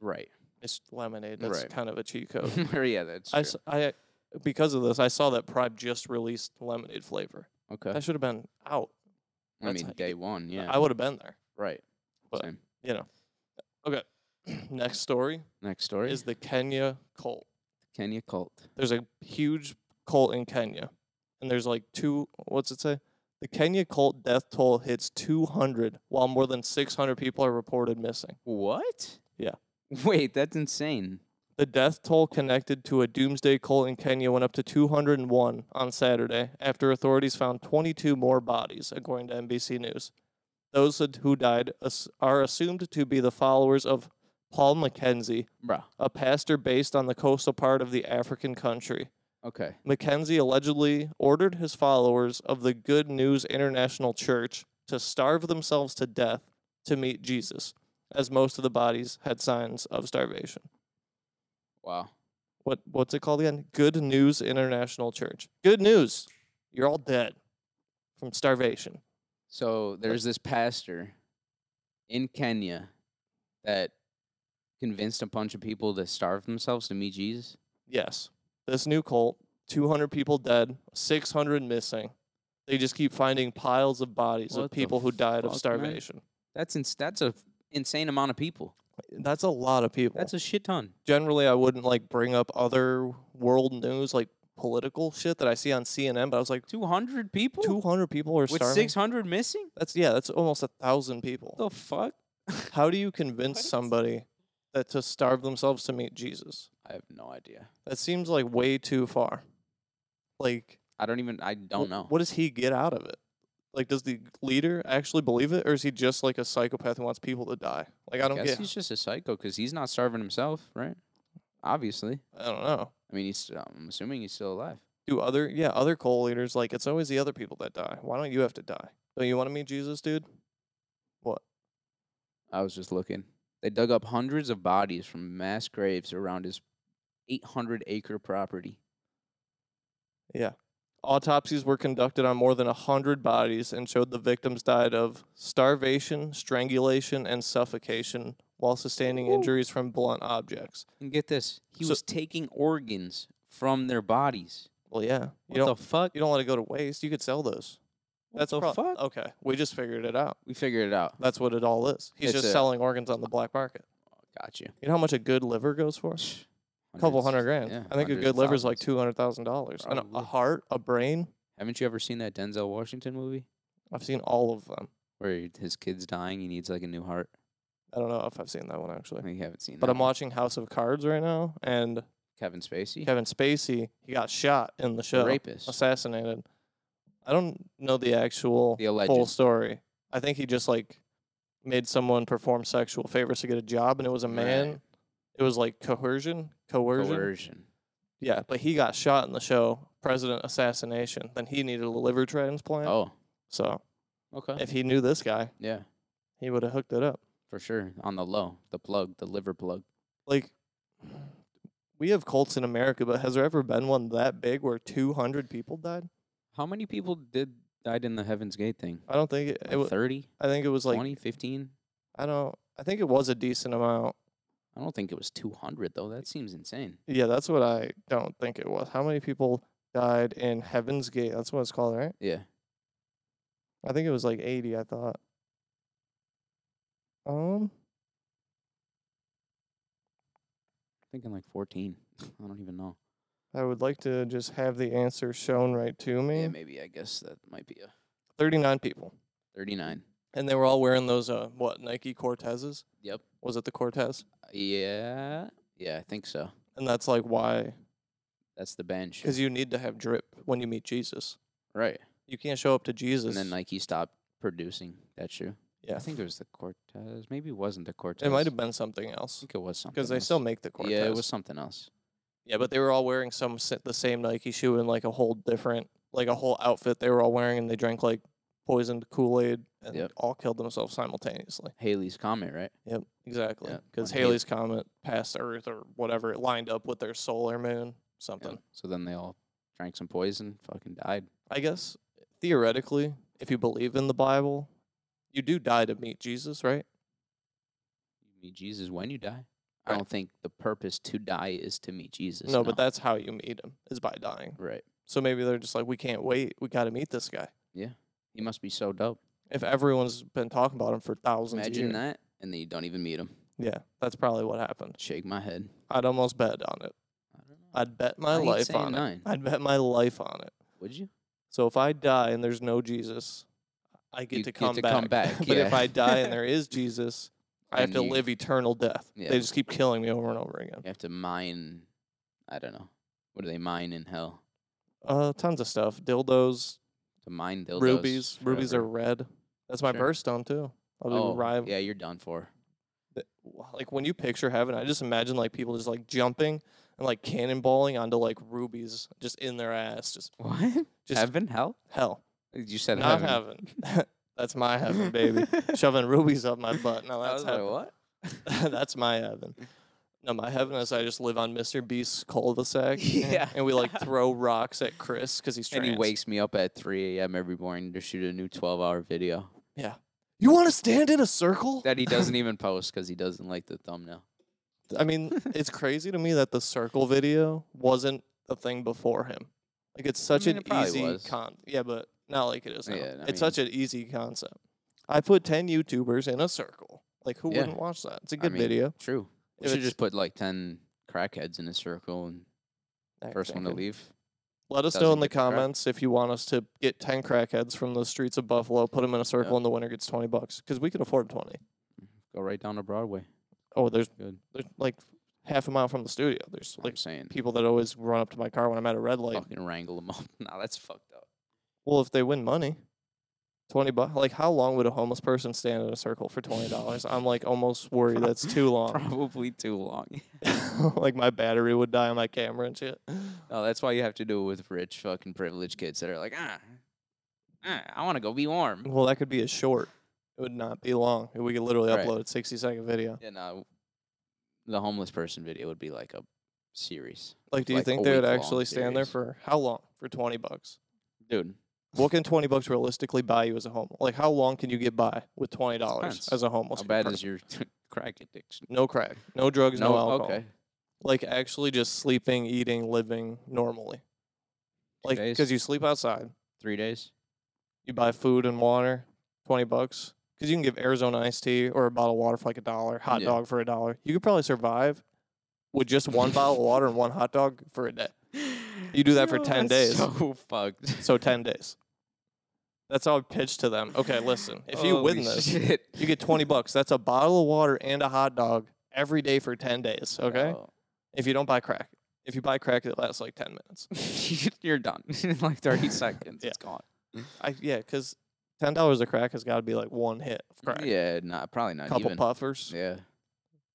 B: Right.
A: It's lemonade. That's
B: Right.
A: kind of a cheat code.
B: yeah, that's true.
A: I, s- I- because of this, I saw that Prime just released lemonade flavor.
B: okay.
A: That should have been out.
B: I
A: that's how
B: mean,
A: you
B: day
A: get-
B: one. Yeah.
A: I would have been there.
B: right.
A: but-
B: Same.
A: You know. Okay. Next story
B: Next story
A: is the Kenya cult.
B: Kenya cult.
A: There's a huge cult in Kenya, and there's like two. What's it say? The Kenya cult death toll hits 200, while more than 600 people are reported missing.
B: What?
A: Yeah.
B: Wait, that's insane.
A: The death toll connected to a doomsday cult in Kenya went up to 201 on Saturday after authorities found 22 more bodies, according to NBC News. Those who- who died as- are assumed to be the followers of Paul Mackenzie,
B: Bruh.
A: a pastor based on the coastal part of the African country.
B: Okay.
A: Mackenzie allegedly ordered his followers of the Good News International Church to starve themselves to death to meet Jesus, as most of the bodies had signs of starvation
B: Wow.
A: what what's it called again? Good News International Church. Good news, you're all dead from starvation.
B: So there's this pastor in Kenya that convinced a bunch of people to starve themselves to meet Jesus.
A: Yes, this new cult, 200 people dead, 600 missing. They just keep finding piles of bodies of
B: What the
A: people who died
B: fuck,
A: of
B: man?
A: starvation.
B: That's ins- that's a f- insane amount of people.
A: That's a lot of people.
B: That's a shit ton.
A: Generally, I wouldn't like bring up other world news like political shit that I see on CNN, but I was like,
B: 200 people
A: 200 people are
B: with
A: starving.
B: 600 missing?
A: That's yeah, that's almost a thousand people.
B: The fuck?
A: How do you convince
B: What is-
A: somebody that to starve themselves to meet Jesus?
B: I have no idea.
A: That seems like way too far. Like,
B: I don't even I
A: wh-
B: don't know.
A: What does he get out of it? Like, does the leader actually believe it, or is he just like a psychopath who wants people to die? Like, I don't
B: guess
A: get.
B: he's just a psycho cuz he's not starving himself, right? Obviously.
A: I don't know.
B: I mean, he's I'm assuming he's still alive.
A: Do other yeah other coal leaders like it's always the other people that die? Why don't you have to die? Don't you want to meet Jesus, dude?
B: I was just looking. They dug up hundreds of bodies from mass graves around his 800 acre property.
A: Autopsies were conducted on more than a hundred bodies and showed the victims died of starvation, strangulation, and suffocation while sustaining
B: Ooh.
A: injuries from blunt objects.
B: And get this, he
A: So-
B: was taking organs from their bodies.
A: Well, yeah,
B: What
A: you don't
B: the fuck?
A: you don't let it go to waste. You could sell those.
B: What
A: That's uh,
B: the
A: prob-
B: fuck?
A: Okay, we just figured it out.
B: We figured it out.
A: That's what it all is. He's
B: That's
A: just
B: it.
A: selling organs on the black market.
B: Got you.
A: You know how much a good liver goes for? A couple hundred grand. I
B: yeah,
A: think a
B: hundreds
A: good
B: of
A: liver is like
B: thousands.
A: two hundred thousand dollars. And a- a
B: Probably.
A: heart, a brain.
B: Haven't you ever seen that Denzel Washington movie
A: I've seen all of them.
B: where his kid's dying? He needs like a new heart.
A: I don't know if I've seen that one
B: I
A: actually.
B: think you haven't seen
A: But
B: that.
A: I'm
B: one.
A: watching House of Cards right now, and
B: Kevin Spacey,
A: Kevin Spacey he got shot in the
B: the
A: show,
B: rapist.
A: assassinated. I don't know the actual
B: The
A: full
B: alleged.
A: story. I think he just like made someone perform sexual favors to get a job, and it was a
B: Right.
A: man. It was like coercion, coercion.
B: Coercion.
A: Yeah, but he got shot in the show president assassination, then he needed a liver transplant.
B: Oh,
A: So
B: okay.
A: if he knew this guy,
B: yeah,
A: he would have hooked it up.
B: for sure. On the low, the plug, the liver plug.
A: Like we have cults in America, but has there ever been one that big where 200 people died?
B: How many people did died in the Heaven's Gate thing?
A: I don't think it, Uh, it
B: Like
A: wa-
B: 30,
A: I think it was like
B: 20, 15?
A: I don't I think it was a decent amount.
B: I don't think it was 200 though. That seems insane.
A: Yeah, that's what I don't think it was. How many people died in Heaven's Gate? That's what it's called, right?
B: Yeah.
A: I think it was like 80, I thought. Um,
B: thinking like 14. I don't even know.
A: I would like to just have the answer shown right to me.
B: Yeah, maybe I guess that might be a
A: 39 people.
B: 39.
A: And they were all wearing those uh what, Nike Cortezes?
B: Yep.
A: Was it the Cortez?
B: Yeah. Yeah, I think so.
A: And that's like why
B: That's the bench.
A: cuz you need to have drip when you meet Jesus.
B: Right.
A: You can't show up to Jesus.
B: And then Nike stopped producing that shoe.
A: yeah.
B: I think it was the Cortez. Maybe it wasn't the Cortez.
A: it might have been something
B: I
A: else
B: think it was something.
A: cuz they
B: else.
A: still make the Cortez.
B: Yeah, it was something else.
A: Yeah, but they were all wearing some s- the same Nike shoe and like a whole different, like a whole outfit they were all wearing, and they drank like poisoned Kool Aid and
B: Yep.
A: all killed themselves simultaneously.
B: Haley's comment, right?
A: Yep, exactly.
B: Yep,
A: Because
B: on Hal-
A: Haley's comet passed Earth or whatever, it lined up with their solar moon,
B: Yeah.
A: something.
B: So then they all drank some poison, fucking died.
A: I guess theoretically, if you believe in the Bible, you do die to meet Jesus, right?
B: You meet Jesus when you die. I
A: Right.
B: don't think the purpose to die is to meet Jesus.
A: no, but that's how you meet him is by dying.
B: right.
A: So maybe they're just like, we can't wait, we got to meet this guy.
B: He must be so dope.
A: If everyone's been talking about him for thousands of
B: Imagine
A: years,
B: that, and then you don't even meet him.
A: yeah, that's probably what happened.
B: Shake my head.
A: I'd almost bet on it.
B: I don't know.
A: I'd bet my
B: I ain't
A: life
B: saying
A: on it.
B: nine.
A: I'd bet my life on it.
B: Would you?
A: So if I die and there's no Jesus, I get
B: You
A: to
B: get
A: come
B: to
A: back.
B: come back,
A: but if
B: yeah.
A: I die and there is Jesus, I have
B: Then
A: to
B: you-
A: live eternal death.
B: Yeah.
A: They just keep killing me over and over again.
B: You have to mine. I don't know. What do they mine in hell?
A: Uh, tons of stuff. Dildos,
B: To mine dildos.
A: rubies. Rubies are
B: forever.
A: red. That's my
B: Sure.
A: birthstone too. I'll be
B: Oh,
A: rival-
B: yeah, you're done for.
A: th- w- like when you picture heaven, I just imagine like people just like jumping and like cannonballing onto like rubies just in their ass, just
B: What?
A: Just-
B: heaven? Hell?
A: hell.
B: You said
A: Not
B: heaven.
A: heaven. that's my heaven, baby. Shoving rubies up my butt. No,
B: I
A: that's
B: was like,
A: heaven.
B: what?
A: that's my heaven. No, my heaven is I just live on Mr. Beast's cul-de-sac. and-
B: Yeah.
A: And we like throw rocks at Chris because he's
B: And
A: trans.
B: he wakes me up at 3 a.m. every morning to shoot a new 12-hour video
A: You want to stand in a circle?
B: that he doesn't even post because he doesn't like the thumbnail.
A: I mean, it's crazy to me that the circle video wasn't a thing before him. Like it's such
B: mean, it
A: an
B: probably
A: easy
B: was.
A: con. Yeah, but not like it is now.
B: Yeah, I
A: it's such an easy concept. I put ten YouTubers in a circle. Like who
B: Yeah.
A: wouldn't watch that? It's a
B: I
A: good
B: mean,
A: video.
B: True. We
A: If
B: should
A: it's-
B: just put like 10 crackheads in a circle and first one to
A: Exactly.
B: leave.
A: Let us know in
B: doesn't
A: the
B: get the crack.
A: comments if you want us to get 10 crackheads from the streets of Buffalo, put them in a circle,
B: Yeah.
A: and the winner gets 20 bucks because we can afford 20.
B: Go right down to Broadway.
A: Oh, there's,
B: Good.
A: there's like half a mile from the studio. There's
B: Like,
A: like
B: I'm saying.
A: people that always run up to my car when I'm at a red light.
B: fucking wrangle them up. nah, that's fucked up.
A: Well, if they win money, 20 bucks, like how long would a homeless person stand in a circle for $20? I'm like almost worried that's too long.
B: Probably too long.
A: like my battery would die on my camera and shit.
B: No, that's why you have to do it with rich fucking privileged kids that are like, ah, ah I want to go be warm.
A: Well, that could be a short. It would not be long. We could literally
B: Right.
A: upload a 60 second video.
B: And uh, the homeless person video would be like a series,
A: Like, do you
B: like,
A: think
B: a
A: they would
B: week-long
A: actually stand there
B: series.
A: for how long? For twenty bucks?
B: dude.
A: What can twenty bucks realistically buy you as a homeless? Like, how long can you get by with twenty dollars
B: Depends.
A: as a homeless?
B: How bad
A: person?
B: is your crack addiction?
A: no crack, no drugs, no, alcohol?
B: okay.
A: Like, actually, just sleeping, eating, living normally. Like,
B: days?
A: because you sleep outside,
B: Three days.
A: you buy food and water, twenty bucks. Because you can give Arizona iced tea or a bottle of water for like a dollar, hot
B: Yeah.
A: dog for a dollar. You could probably survive with just one bottle of water and one hot dog for a day. You do that for 10 days.
B: So fucked.
A: So 10 days. That's how I pitched to them. Okay, listen, if you win
B: Holy
A: this,
B: shit.
A: you get 20 bucks. That's a bottle of water and a hot dog every day for 10 days, okay?
B: Oh.
A: If you don't buy crack. If you buy crack, it lasts like 10 minutes.
B: You're done in like 30 seconds.
A: Yeah.
B: It's gone.
A: I, yeah, because $10 a crack has got to be like one hit of crack.
B: Yeah, not probably not
A: couple
B: even.
A: puffers,
B: Yeah.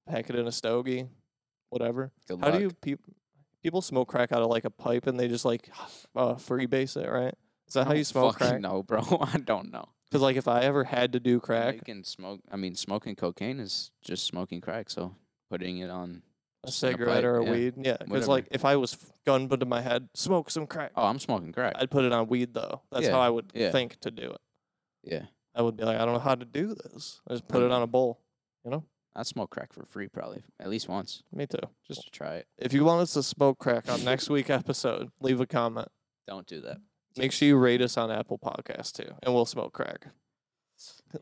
A: pack it in a stogie, whatever.
B: Good
A: How
B: luck.
A: do you, peop people smoke crack out of like a pipe and they just like uh, freebase it, right? Is that how you smoke crack?
B: Oh, No, bro. I don't know.
A: Because like if I ever had to do crack,
B: You can smoke. I mean, smoking cocaine is just smoking crack. So putting it on
A: a
B: just in
A: cigarette
B: pipe,
A: or a
B: yeah.
A: weed, yeah. Because
B: whatever.
A: like if I was f- gunned into my head, smoke some crack.
B: Oh, I'm smoking crack.
A: I'd put it on weed though. That's
B: Yeah,
A: how I would
B: yeah.
A: think to do it.
B: yeah,
A: I would be like, I don't know how to do this. I just put
B: I
A: it on a bowl. You know,
B: I smoke crack for free probably at least once
A: me too.
B: just to try it.
A: If you want us to smoke crack on next week episode, leave a comment.
B: Don't do that.
A: Make sure you rate us on Apple Podcasts too, and we'll smoke crack.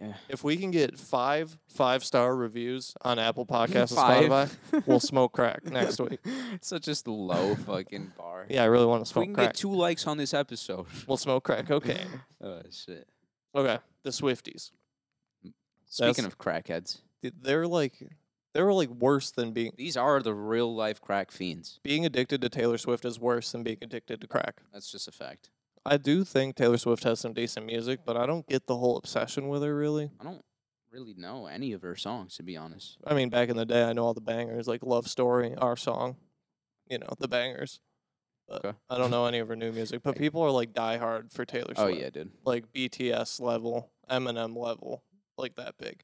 B: Yeah.
A: If we can get five five star reviews on Apple Podcasts and Spotify,
B: Five.
A: we'll smoke crack next week.
B: Such just low fucking bar.
A: Yeah, I really want to
B: If we
A: smoke
B: can
A: crack.
B: get two likes on this episode.
A: we'll smoke crack. Okay.
B: oh shit.
A: Okay. The Swifties.
B: Speaking of crackheads,
A: They're like they're like worse than being
B: these are the real life crack fiends.
A: being addicted to Taylor Swift is worse than being addicted to crack.
B: That's just a fact.
A: I do think Taylor Swift has some decent music, but I don't get the whole obsession with her really.
B: I don't really know any of her songs to be honest.
A: I mean, back in the day, I know all the bangers like Love Story, Our Song, you know, the bangers. But
B: Okay.
A: I don't know any of her new music, but people are like diehard for Taylor Swift.
B: Oh yeah, dude.
A: like BTS level, Eminem level, like that big.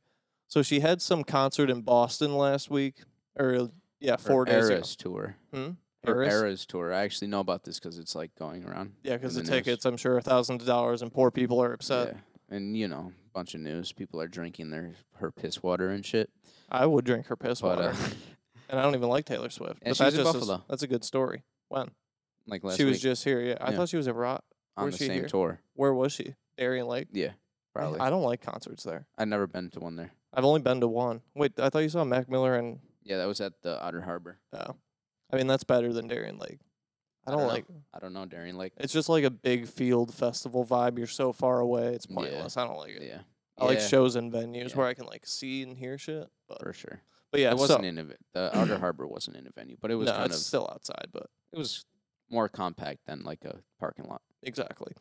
A: So she had some concert in Boston last week, or yeah,
B: Her
A: four days ago.
B: Eras tour.
A: Hmm?
B: Her
A: Eras?
B: Eras tour. I actually know about this because it's like going around.
A: Yeah,
B: in
A: because the
B: the news.
A: tickets, I'm sure, are thousands of dollars, and poor people are upset.
B: yeah. and you know, bunch of news. People are drinking their her piss water and shit.
A: I would drink her piss
B: But
A: water,
B: uh,
A: and I don't even like Taylor Swift.
B: And
A: but that
B: she's in
A: just is-
B: Buffalo.
A: that's a good story. When
B: like last
A: she was
B: week
A: just here, yeah. I
B: Yeah.
A: thought she was in Rock.
B: on
A: was
B: the
A: she
B: same
A: here?
B: tour.
A: Where was she? Darien Lake.
B: Yeah,
A: I-
B: probably.
A: I don't like concerts there.
B: I've never been to one there.
A: I've only been to one. Wait, I thought you saw Mac Miller and.
B: Yeah, that was at the Otter Harbor.
A: Oh, I mean that's better than Darien Lake. I
B: I
A: don't
B: don't know.
A: like.
B: I don't know, Darien Lake.
A: It's just like a big field festival vibe. You're so far away, it's
B: Yeah.
A: pointless. I don't like it.
B: Yeah,
A: I like
B: Yeah,
A: shows and venues
B: Yeah.
A: where I can like see and hear shit. But,
B: for sure.
A: but yeah,
B: it wasn't
A: so,
B: in a ve- the Outer Harbor wasn't in a venue, but it was
A: no,
B: kind
A: it's
B: of
A: still outside, but
B: it was more compact than like a parking lot.
A: exactly.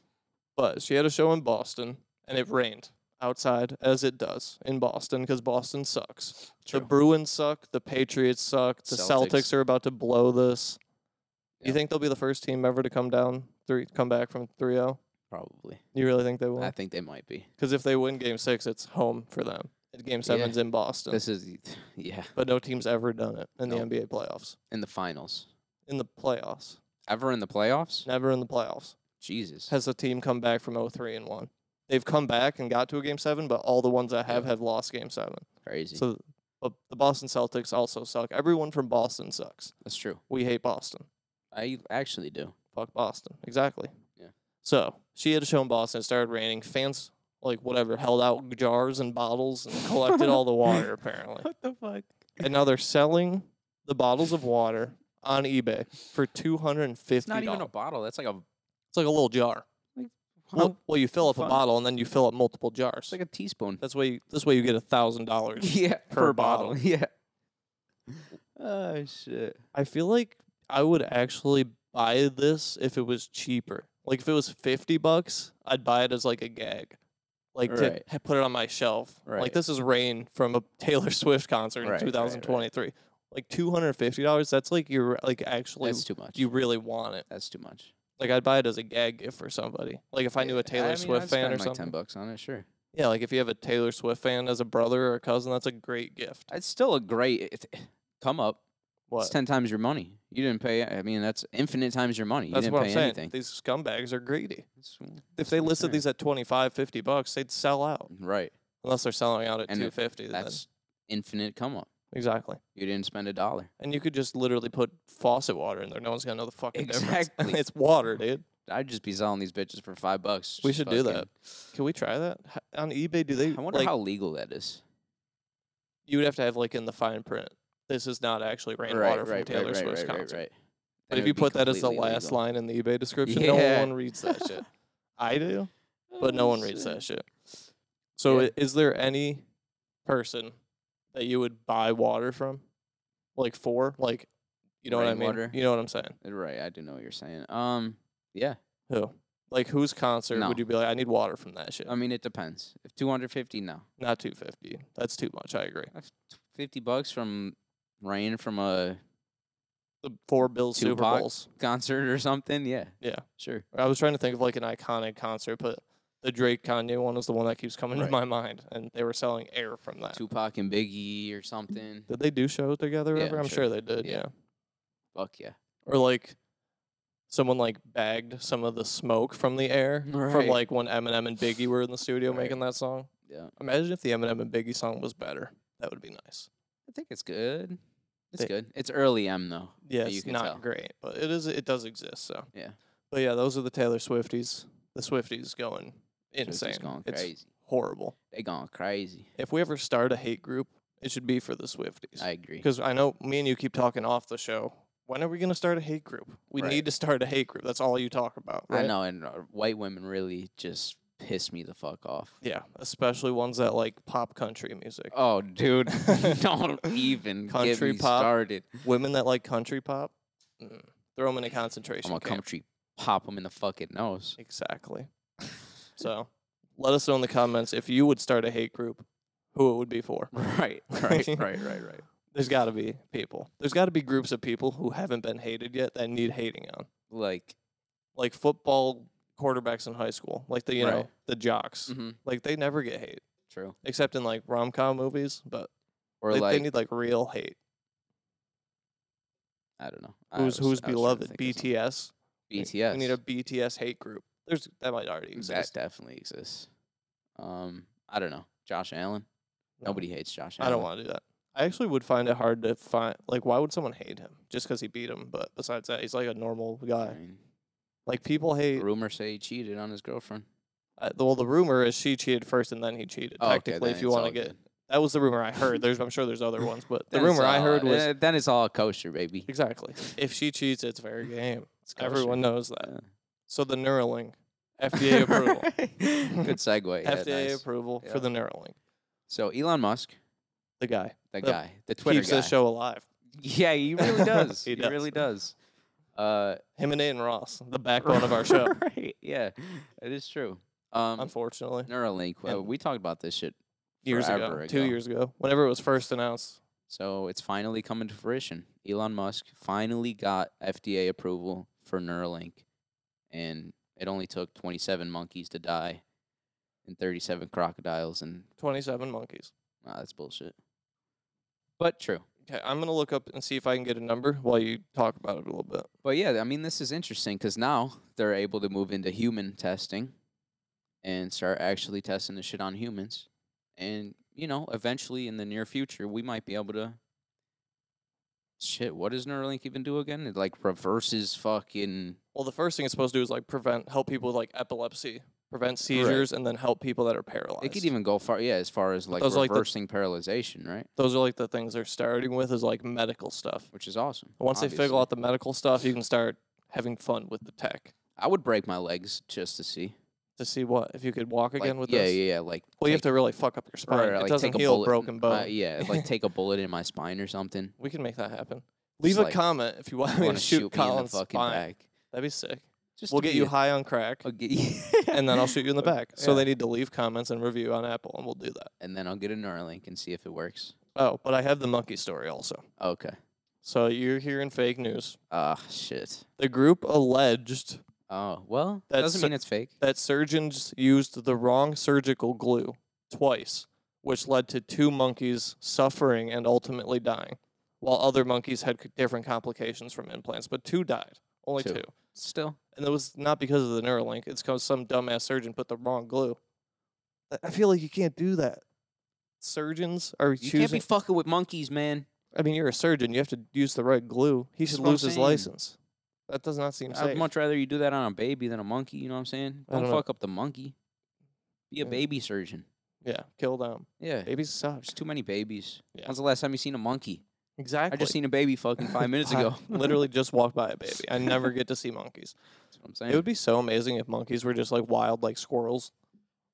A: But she had a show in Boston, and it rained outside as it does in Boston because Boston sucks. The
B: True.
A: Bruins suck. The Patriots suck. The Celtics,
B: Celtics.
A: are about to blow this. You
B: Yeah.
A: think they'll be the first team ever to come down three, come back from 3-0?
B: Probably.
A: You really think they will?
B: I think they might be.
A: Because if they win Game Six, it's home for them. And Game Seven's in Boston,
B: This is yeah
A: but no team's ever done it in
B: Nope.
A: the NBA playoffs.
B: in the finals.
A: In the playoffs,
B: Ever in the playoffs?
A: never in the playoffs
B: Jesus.
A: has a team come back from 0-3 and one. They've come back and got to a Game Seven, but all the ones that have
B: Yeah.
A: have lost Game Seven.
B: Crazy.
A: So, but the Boston Celtics also suck. Everyone from Boston sucks.
B: That's true.
A: We hate Boston.
B: I actually do.
A: Fuck Boston. Exactly.
B: Yeah.
A: So she had a show in Boston. It started raining. Fans like whatever held out jars and bottles and collected all the water apparently.
B: What the fuck?
A: and now they're selling the bottles of water on eBay for two hundred and
B: It's
A: fifty
B: not even a
A: dollars.
B: bottle. That's like a
A: It's like a little jar. Well, well, you fill up a
B: fun.
A: bottle and then you fill up multiple jars.
B: it's like a teaspoon.
A: That's way. You, this way you get a thousand dollars.
B: yeah,
A: per bottle.
B: Yeah. Oh shit.
A: I feel like I would actually buy this if it was cheaper. Like if it was fifty bucks, I'd buy it as like a gag. Like to
B: Right.
A: ha- put it on my shelf. Like
B: Right.
A: this is rain from a Taylor Swift concert
B: Right, right,
A: in
B: right.
A: 2023. Like two hundred fifty dollars. That's like you're like actually
B: That's too much.
A: you really want it.
B: That's too much.
A: Like I'd buy it as a gag gift for somebody. Like if I knew
B: Yeah,
A: a Taylor
B: mean,
A: Swift fan
B: I'd spend
A: or
B: like Ten
A: something.
B: bucks on it, sure.
A: Yeah, like if you have a Taylor Swift fan as a brother or a cousin, that's a great gift.
B: It's still a great it, come up.
A: What?
B: It's ten times your money. You didn't pay. I mean, that's infinite times your money. You
A: that's
B: didn't
A: what
B: pay
A: I'm saying.
B: anything.
A: These scumbags are greedy.
B: It's-
A: If they
B: what I'm
A: listed
B: saying.
A: these at 25, 50 bucks, they'd sell out.
B: right,
A: Unless they're selling out at
B: And if
A: 250. then-
B: that's infinite come up.
A: exactly.
B: You didn't spend a dollar.
A: And you could just literally put faucet water in there. No one's gonna know the fucking difference.
B: Exactly.
A: it's water, dude.
B: I'd just be selling these bitches for five bucks.
A: We
B: just
A: should do that.
B: fucking-
A: Can we try that H- on eBay? Do they?
B: I wonder
A: like,
B: how legal that is.
A: you would have to have like in the fine print. This is not actually rainwater from Taylor Swift's concert. But
B: Then
A: if
B: it
A: you
B: would be
A: put that as the
B: completely
A: last
B: legal.
A: line in the eBay description, no
B: Yeah.
A: one reads that shit. I do, but no
B: Oh,
A: one reads
B: shit.
A: that shit. So,
B: Yeah.
A: i- is there any person that you would buy water from, like for, like, you know what I mean?
B: Rainwater?
A: You know what I'm saying?
B: Right, I do know what you're saying. Um, yeah.
A: Who? Like, whose concert
B: No.
A: would you be like? I need water from that shit.
B: I mean, it depends. If 250, no.
A: Not 250. That's too much. I agree.
B: That's t- 50 bucks from rain from a
A: the four Bills Super
B: Tupac?
A: Bowls.
B: concert or something. Yeah.
A: Yeah.
B: Sure.
A: I was trying to think of like an iconic concert, but the Drake Kanye one is the one that keeps coming
B: Right.
A: to my mind, and they were selling air from that.
B: Tupac and Biggie or something.
A: Did they do shows together
B: Yeah,
A: ever?
B: I'm
A: I'm
B: sure.
A: sure they did.
B: Yeah.
A: Yeah.
B: Fuck yeah.
A: Or like someone like bagged some of the smoke from the air
B: Right.
A: from like when Eminem and Biggie were in the studio
B: Right.
A: making that song.
B: Yeah.
A: Imagine if the Eminem and Biggie song was better. That would be nice.
B: I think it's good. It's
A: They-
B: good. It's early M though.
A: Yeah,
B: you
A: it's
B: can
A: not
B: tell.
A: great, but it is. It does exist. So
B: Yeah.
A: But yeah, those are the Taylor Swifties. The Swifties going
B: Swifties
A: insane.
B: Going
A: it's
B: crazy.
A: horrible.
B: They going crazy.
A: If we ever start a hate group, it should be for the Swifties.
B: I agree.
A: Because I know me and you keep talking off the show. When are we going to start a hate group? We
B: Right.
A: need to start a hate group. That's all you talk about.
B: I
A: right?
B: know, and uh, white women really just piss me the fuck off.
A: Yeah, especially ones that like pop country music.
B: Oh, dude, don't even get
A: Country
B: me
A: pop.
B: started.
A: Women that like country pop, mm, throw them in a
B: I'm
A: concentration
B: gonna
A: camp.
B: country pop them in the fucking nose.
A: Exactly. so, let us know in the comments if you would start a hate group, who it would be for.
B: Right, right, right, right, right.
A: There's got to be people. There's got to be groups of people who haven't been hated yet that need hating on.
B: Like,
A: Like football quarterbacks in high school, like the you know
B: Right.
A: the jocks,
B: mhm,
A: like they never get hate
B: true.
A: except in like rom com movies, but
B: Or
A: they,
B: like,
A: they need like real hate.
B: I don't know. I
A: Who's
B: was-
A: who's
B: I was trying to
A: beloved?
B: think of something.
A: BTS. We-
B: BTS.
A: We need a BTS hate group. There's that might already
B: that
A: exist.
B: definitely exists. Um, I don't know. Josh Allen.
A: No,
B: Nobody hates Josh Allen.
A: I don't want to do that. I actually would find it hard to find. Like, why would someone hate him just because he beat him? But besides that, he's like a normal
B: I
A: guy.
B: mean,
A: Like people hate.
B: rumors say he cheated on his girlfriend.
A: Uh, well, the rumor is she cheated first and then he cheated.
B: Oh, okay,
A: Technically,
B: then
A: if you
B: it's
A: want
B: all
A: to get
B: good.
A: that was the rumor I heard. There's I'm sure there's other ones, but the
B: Then it's
A: rumor I
B: all-
A: heard was
B: eh, then it's all kosher, baby.
A: exactly if she cheats, it's fair game.
B: It's kosher.
A: Everyone knows that.
B: Yeah.
A: So the Neuralink, FDA approval,
B: Good segue. yeah,
A: FDA
B: nice.
A: approval
B: Yeah.
A: for the Neuralink.
B: So Elon Musk,
A: The guy
B: the,
A: The-
B: guy, the Twitter
A: keeps
B: guy.
A: this show alive.
B: Yeah, he really does. he
A: He does.
B: really does. Uh,
A: Him and Aiden Ross, the backbone of our show.
B: right? Yeah, it is true. Um,
A: Unfortunately,
B: Neuralink. Uh,
A: and-
B: we talked about this shit.
A: years ago,
B: forever
A: two
B: ago.
A: years ago, whenever it was first announced.
B: So it's finally coming to fruition. Elon Musk finally got FDA approval for Neuralink, and it only took 27 monkeys to die, and 37 crocodiles, and
A: Twenty-seven monkeys.
B: ah, that's bullshit. But true.
A: Okay, I'm gonna look up and see if I can get a number while you talk about it a little bit.
B: But yeah, I mean, this is interesting because now they're able to move into human testing and start actually testing the shit on humans. And, you know, eventually in the near future, we might be able to. Shit, what does Neuralink even do again? It like reverses fucking.
A: Well, the first thing it's supposed to do is like prevent, help people with like epilepsy, prevent seizures, and then help people that are paralyzed.
B: It could even go far, yeah, as far as like
A: those are, like, the-
B: reversing paralyzation, right?
A: Those are like the things they're starting with is like medical stuff.
B: Which is awesome.
A: Once they figure
B: obviously.
A: out the medical stuff, you can start having fun with the tech
B: I would break my legs just to see.
A: to see what if you could walk
B: Like,
A: again with
B: yeah,
A: this.
B: yeah, yeah. Like,
A: Well, you have
B: take-
A: to really fuck up your spine.
B: right,
A: it
B: like,
A: doesn't
B: take a
A: heal
B: bullet-
A: broken
B: uh,
A: bone.
B: yeah, like take a bullet in my spine or something.
A: We can make that happen.
B: Just,
A: Leave
B: like,
A: a comment if you want
B: I
A: me
B: want
A: to shoot
B: me in the
A: Colin's
B: fucking
A: spine.
B: back.
A: That'd be sick.
B: Just
A: we'll
B: to
A: get
B: be
A: you
B: a-
A: high on crack,
B: I'll get you-
A: and then I'll shoot you in the
B: Okay,
A: back. So
B: yeah.
A: they need to leave comments and review on Apple, and we'll do that.
B: and then I'll get a Neuralink and see if it works.
A: Oh, but I have the monkey story also.
B: Okay.
A: So you're hearing fake news.
B: Ah, shit.
A: The group alleged
B: Oh well,
A: That's
B: that doesn't
A: so-
B: mean it's fake.
A: that surgeons used the wrong surgical glue twice, which led to two monkeys suffering and ultimately dying, while other monkeys had c- different complications from implants, but two died. Only
B: Two.
A: two.
B: Still,
A: And it was not because of the Neuralink, it's because some dumbass surgeon put the wrong glue. I- I feel like you can't do that. Surgeons are
B: you
A: choosing.
B: can't be fucking with monkeys, man.
A: I mean, you're a surgeon. You have to use the right glue. He
B: That's
A: should
B: what I'm
A: lose his
B: saying.
A: license. That does not seem
B: I'd
A: safe.
B: much rather you do that on a baby than a monkey. You know what I'm saying?
A: I
B: Don't
A: don't know.
B: fuck up the monkey. Be a
A: Yeah.
B: baby surgeon.
A: yeah, kill them.
B: Yeah.
A: Babies suck.
B: There's too many babies.
A: Yeah.
B: When's the last time you seen a monkey?
A: Exactly.
B: I just seen a baby fucking five minutes
A: I
B: ago.
A: literally just walked by a baby. I never get to see monkeys.
B: That's what I'm
A: It
B: saying.
A: would be so amazing if monkeys were just like wild, like squirrels.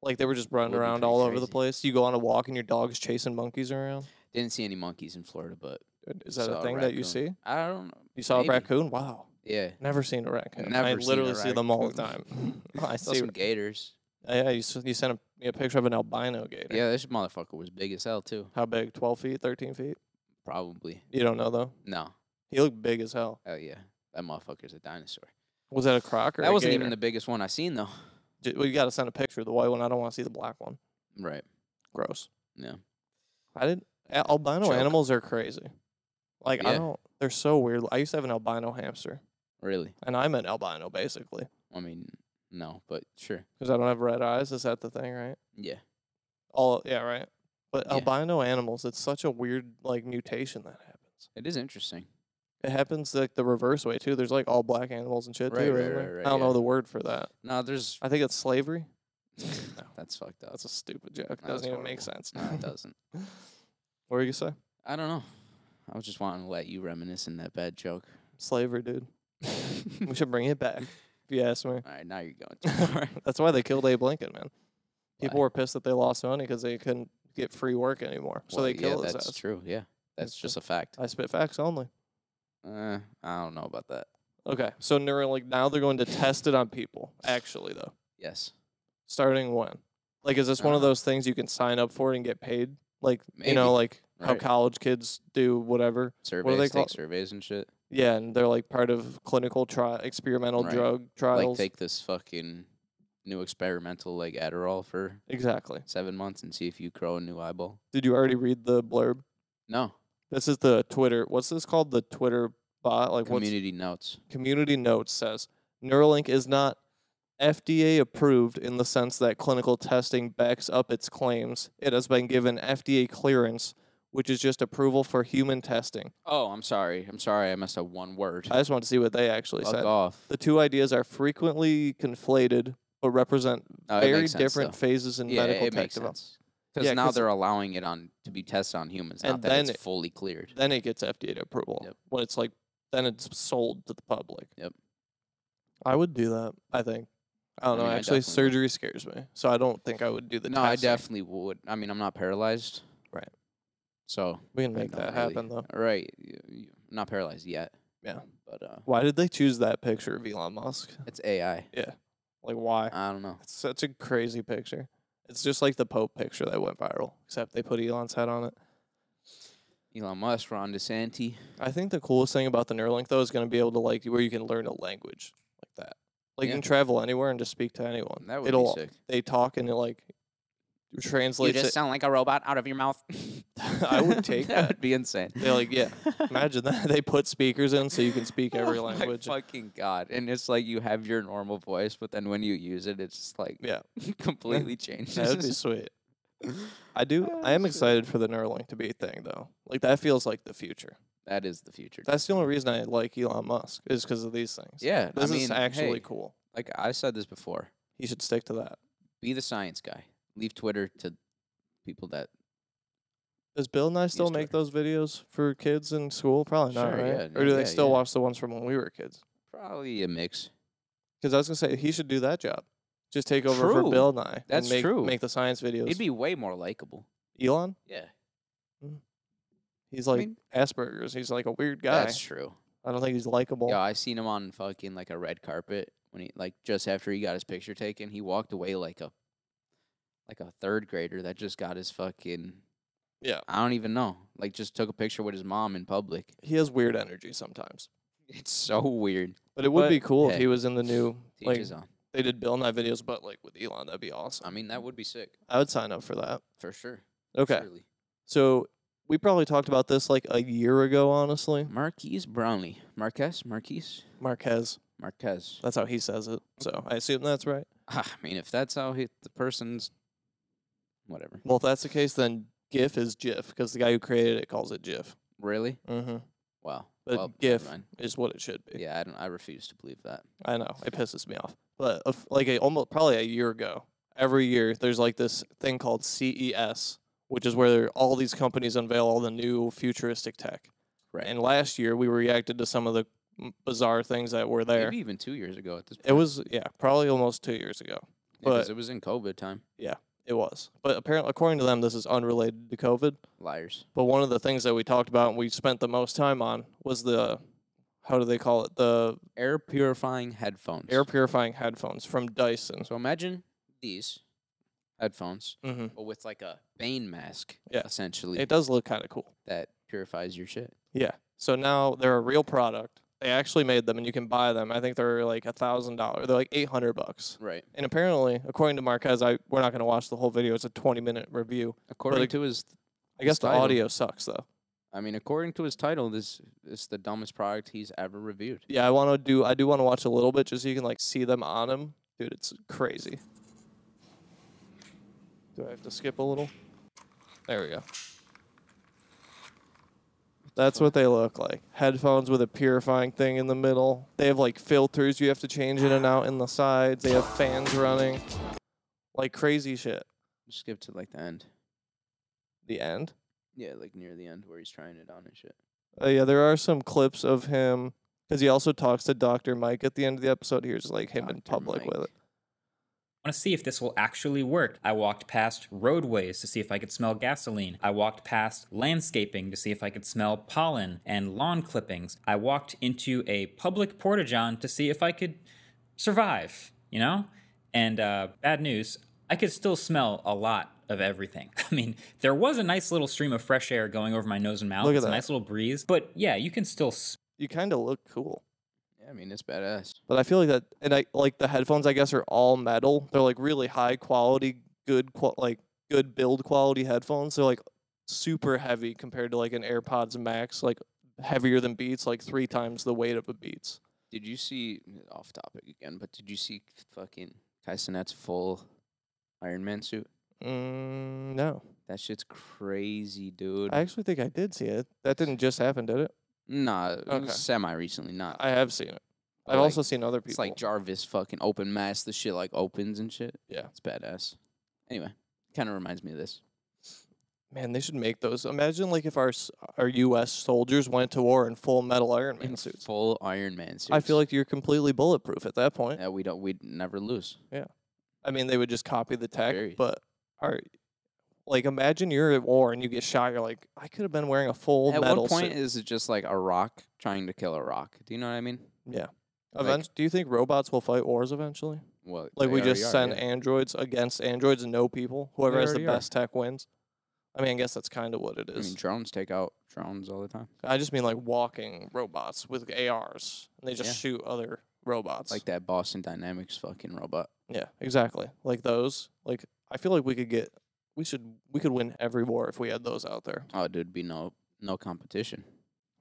A: Like they were just running
B: would be
A: around
B: pretty
A: all over the
B: crazy.
A: place. You go on a walk and your dog's chasing monkeys around.
B: Didn't see any monkeys in Florida, but
A: Is that
B: saw
A: a thing that you
B: raccoon.
A: see?
B: I don't know.
A: You saw
B: Maybe.
A: a raccoon? Wow.
B: Yeah.
A: Never seen a raccoon. I
B: Never seen a
A: literally see them all the
B: raccoon.
A: time. I
B: Saw
A: see.
B: some gators.
A: Yeah, you, s- you sent a, me a picture of an albino gator.
B: Yeah, this motherfucker was big as hell too.
A: How big? 12 feet, 13 feet?
B: Probably.
A: You don't know though.
B: No.
A: He looked big as hell.
B: Oh yeah, that motherfucker's a dinosaur.
A: Was that a croc or
B: that
A: a
B: wasn't
A: gator?
B: even the biggest one I seen though.
A: J- We got to send a picture of the white one. I don't want to see the black one.
B: Right.
A: Gross.
B: Yeah.
A: I didn't. a- Albino
B: Joke.
A: animals are crazy. Like I
B: Yeah.
A: don't. They're so weird. I used to have an albino hamster,
B: Really.
A: and I'm an albino basically
B: I mean, no, but sure.
A: because I don't have red eyes. Is that the thing, right?
B: Yeah.
A: All yeah, right. But
B: Yeah.
A: albino animals, it's such a weird like mutation that happens.
B: It is interesting.
A: It happens like the reverse way too. There's like all black animals and shit
B: Right,
A: too.
B: right,
A: isn't
B: right,
A: there?
B: right,
A: I don't know
B: yeah.
A: the word for that.
B: No, there's
A: I think it's slavery.
B: that's fucked up.
A: That's a stupid joke. It
B: That was
A: doesn't even make sense.
B: No, it doesn't.
A: what were you gonna say?
B: I don't know. I was just wanting to let you reminisce in that bad joke.
A: Slavery, dude.
B: All
A: We should bring it back. If you ask me.
B: right, now you're going too far.
A: That's why they killed Abe Lincoln, man. People
B: Why?
A: were pissed that they lost money because they couldn't get free work anymore, so
B: Well,
A: they killed
B: yeah,
A: his
B: That's
A: ass.
B: true. Yeah, that's
A: That's true.
B: just a fact.
A: I spit facts only.
B: Uh, I don't know about that.
A: Okay, so Neuralink now they're going to test it on people. Actually, though,
B: Yes,
A: starting when? Like, is this one of
B: Uh,
A: those things you can sign up for and get paid? Like, you know, like how
B: right.
A: college kids do whatever.
B: surveys, take
A: call-
B: surveys and shit.
A: Yeah, and they're like part of clinical trial, experimental
B: Right.
A: drug
B: Like
A: trials.
B: take this fucking new experimental like Adderall for
A: exactly.
B: seven months and see if you grow a new eyeball.
A: Did you already read the blurb?
B: No,
A: This is the Twitter. What's this called? The Twitter bot? Like, what's
B: community notes.
A: community notes says Neuralink is not FDA approved in the sense that clinical testing backs up its claims. It has been given FDA clearance, which is just approval for human testing.
B: Oh, I'm sorry. I'm sorry. I messed up one word.
A: I just want to see what they actually
B: Fuck
A: said.
B: off.
A: The two ideas are frequently conflated but represent
B: No, Oh, it
A: very
B: makes sense,
A: different
B: though.
A: phases in
B: yeah, it-
A: medical
B: it
A: tech
B: makes
A: development.
B: sense. Because
A: Yeah,
B: now
A: 'cause-
B: they're allowing it on to be tested on humans.
A: And
B: Not that it's
A: then it-
B: fully cleared.
A: Then it gets FDA approval
B: Yep.
A: when it's like then it's sold to the public.
B: Yep.
A: I would do that, I think. I don't
B: I
A: know.
B: mean, I
A: Actually,
B: definitely would.
A: surgery scares me, so I don't think I would do the.
B: no, I
A: testing.
B: definitely would. I mean, I'm not paralyzed.
A: Right.
B: So
A: We can
B: I
A: make
B: don't
A: that
B: really-
A: happen though.
B: Right. y- y- Not paralyzed yet.
A: Yeah.
B: But uh,
A: Why did they choose that picture of Elon Musk?
B: it's AI.
A: Like why?
B: I don't know.
A: It's such a crazy picture. It's just like the Pope picture that went viral, except they put Elon's head on it.
B: Elon Musk, Ron DeSanti.
A: I think the coolest thing about the Neuralink though is going to be able to like where you can learn a language like that. Like you
B: Yeah.
A: can travel anywhere and just speak to anyone.
B: That would
A: It'll
B: be sick.
A: they talk and it like translates it.
B: sound like a robot out of your mouth.
A: I would take
B: that.
A: that.
B: would be insane.
A: They're like, yeah, Imagine that they put speakers in so you can speak every
B: Oh my
A: language.
B: fucking god! And it's like you have your normal voice, but then when you use it, it's just like
A: Yeah.
B: completely
A: That would be
B: changes.
A: sweet. I do.
B: Oh,
A: I am excited for the Neuralink to be a thing though. Like that feels like the future.
B: That is the future.
A: That's the only reason I like Elon Musk is because of these things.
B: yeah.
A: this
B: I mean,
A: is actually
B: hey,
A: cool.
B: Like I said this before,
A: He should stick to that.
B: be the science guy. Leave Twitter to people that
A: Does Bill Nye still
B: Use
A: make those
B: Twitter.
A: videos for kids in school? Probably not,
B: Sure,
A: right?
B: yeah, no,
A: or do they
B: yeah,
A: still
B: yeah.
A: watch the ones from when we were kids?
B: probably a mix.
A: Because I was gonna say he should do that job. Just take over for
B: True.
A: Bill Nye.
B: That's
A: and make,
B: true.
A: Make the science videos.
B: It'd be way more likable.
A: Elon.
B: Yeah,
A: He's like
B: mean-
A: Asperger's. He's like a weird guy.
B: that's true.
A: I don't think he's likable.
B: Yeah, I seen him on fucking like a red carpet when he like just after he got his picture taken, he walked away like a like a third grader that just got his fucking
A: Yeah.
B: I don't even know. Like just took a picture with his mom in public.
A: He has weird energy sometimes.
B: It's so weird.
A: But it would
B: But,
A: be cool if
B: hey,
A: he was in the new
B: Teach
A: like
B: his own.
A: they did Bill Nye videos, but like with Elon, that'd be awesome.
B: I mean, that would be sick
A: I would sign up for that.
B: for sure.
A: Okay.
B: Surely.
A: So we probably talked about this like a year ago, honestly.
B: Marquise Brownlee, Marquez, Marquise,
A: Marquez.
B: Marquez.
A: That's how he says it.
B: Mm-hmm.
A: So I assume that's right.
B: Ah, I mean, if that's how he, the person's whatever.
A: Well, if that's the case, then GIF is GIF because the guy who created it calls it GIF.
B: Really?
A: Mm-hmm.
B: Wow.
A: But
B: well, never
A: GIF
B: mind.
A: is what it should be.
B: Yeah, I don't. I refuse to believe that.
A: I know it pisses me off, but of- like a, almost probably a year ago, every year there's like this thing called CES, which is where all these companies unveil all the new futuristic tech.
B: Right.
A: And last year we reacted to some of the m- bizarre things that were there.
B: Maybe even two years ago at this point.
A: It was yeah, probably almost two years ago.
B: Because
A: but-
B: it was in COVID time.
A: It was, but apparently according to them, this is unrelated to COVID.
B: Liars.
A: But one of the things that we talked about and we spent the most time on was the how do they call it the
B: Air purifying headphones.
A: air purifying headphones from Dyson.
B: so imagine these headphones,
A: hmm
B: but with like a Bane mask,
A: Yeah.
B: essentially,
A: It does look kind of cool.
B: that purifies your shit.
A: Yeah, So now they're a real product. They actually made them, and you can buy them. I think they're like a thousand dollars. They're like eight hundred bucks.
B: Right.
A: And apparently, according to Marquez, I we're not going to watch the whole video. It's a twenty minute review.
B: According
A: it-
B: to his,
A: I guess the
B: title.
A: audio sucks though.
B: I mean, according to his title, this is the dumbest product he's ever reviewed.
A: Yeah, I want to do. I do want to watch a little bit just so you can like see them on him, dude. It's crazy. Do I have to skip a little? There we go. That's what they look like. Headphones with a purifying thing in the middle. They have like filters you have to change in and out in the sides. They have fans running. Like crazy shit.
B: Skip to like the end.
A: The end.
B: Yeah, like near the end where he's trying it on and shit.
A: Uh, yeah, there are some clips of him because he also talks to Dr. Mike at the end of the episode. Here's like him in
B: Dr.
A: public with
B: Mike.
A: it.
C: want to see if this will actually work. I walked past roadways to see if I could smell gasoline. I walked past landscaping to see if I could smell pollen and lawn clippings. I walked into a public porta john to see if I could survive, you know? And uh, bad news, I could still smell a lot of everything. I mean, there was a nice little stream of fresh air going over my nose and mouth.
A: Look at
C: it's
A: that.
C: a nice little breeze. But yeah, you can still
A: You kind of look cool.
B: Yeah, I mean it's badass.
A: But I feel like that, and I like the headphones. I guess are all metal. They're like really high quality, good qual, like good build quality headphones. They're like super heavy compared to like an AirPods Max, like heavier than Beats, like three times the weight of a Beats.
B: Did you see off topic again? But did you see fucking Kai Cenat's full Iron Man suit?
A: Mm, no,
B: That shit's crazy, dude.
A: I actually think I did see it. That didn't just happen, did it?
B: Nah,
A: Okay.
B: semi recently, not.
A: I have seen it.
B: but,
A: I've
B: like,
A: also seen other people.
B: It's like Jarvis fucking open mass. The shit like opens and shit.
A: Yeah.
B: it's badass. Anyway, kind of reminds me of this.
A: man, they should make those. Imagine like if our s- our U.S. soldiers went to war in full metal Iron Man
B: In
A: suits.
B: Full Iron Man suits.
A: I feel like you're completely bulletproof at that point.
B: yeah, we don't. We'd never lose.
A: I mean, they would just copy the tech,
B: Very.
A: but are like imagine you're at war and you get shot. You're like, I could have been wearing a full
B: At
A: metal
B: what point
A: suit.
B: is it just like a rock trying to kill a rock? Do you know what I mean? like-
A: Event- do you think robots will fight wars eventually?
B: Well,
A: Like
B: they
A: we
B: already
A: just
B: are,
A: send
B: yeah.
A: androids against androids and no people. Whoever has the
B: already are.
A: best tech wins. I mean, I guess that's kind of what it
B: I mean,
A: is.
B: drones take out drones all the time.
A: I just mean like walking robots with ARs, and they just
B: Yeah.
A: shoot other robots.
B: Like that Boston Dynamics fucking robot.
A: yeah, exactly. Like those. Like I feel like we could get, we should, we could win every war if we had those out there.
B: Oh, dude, be no no competition.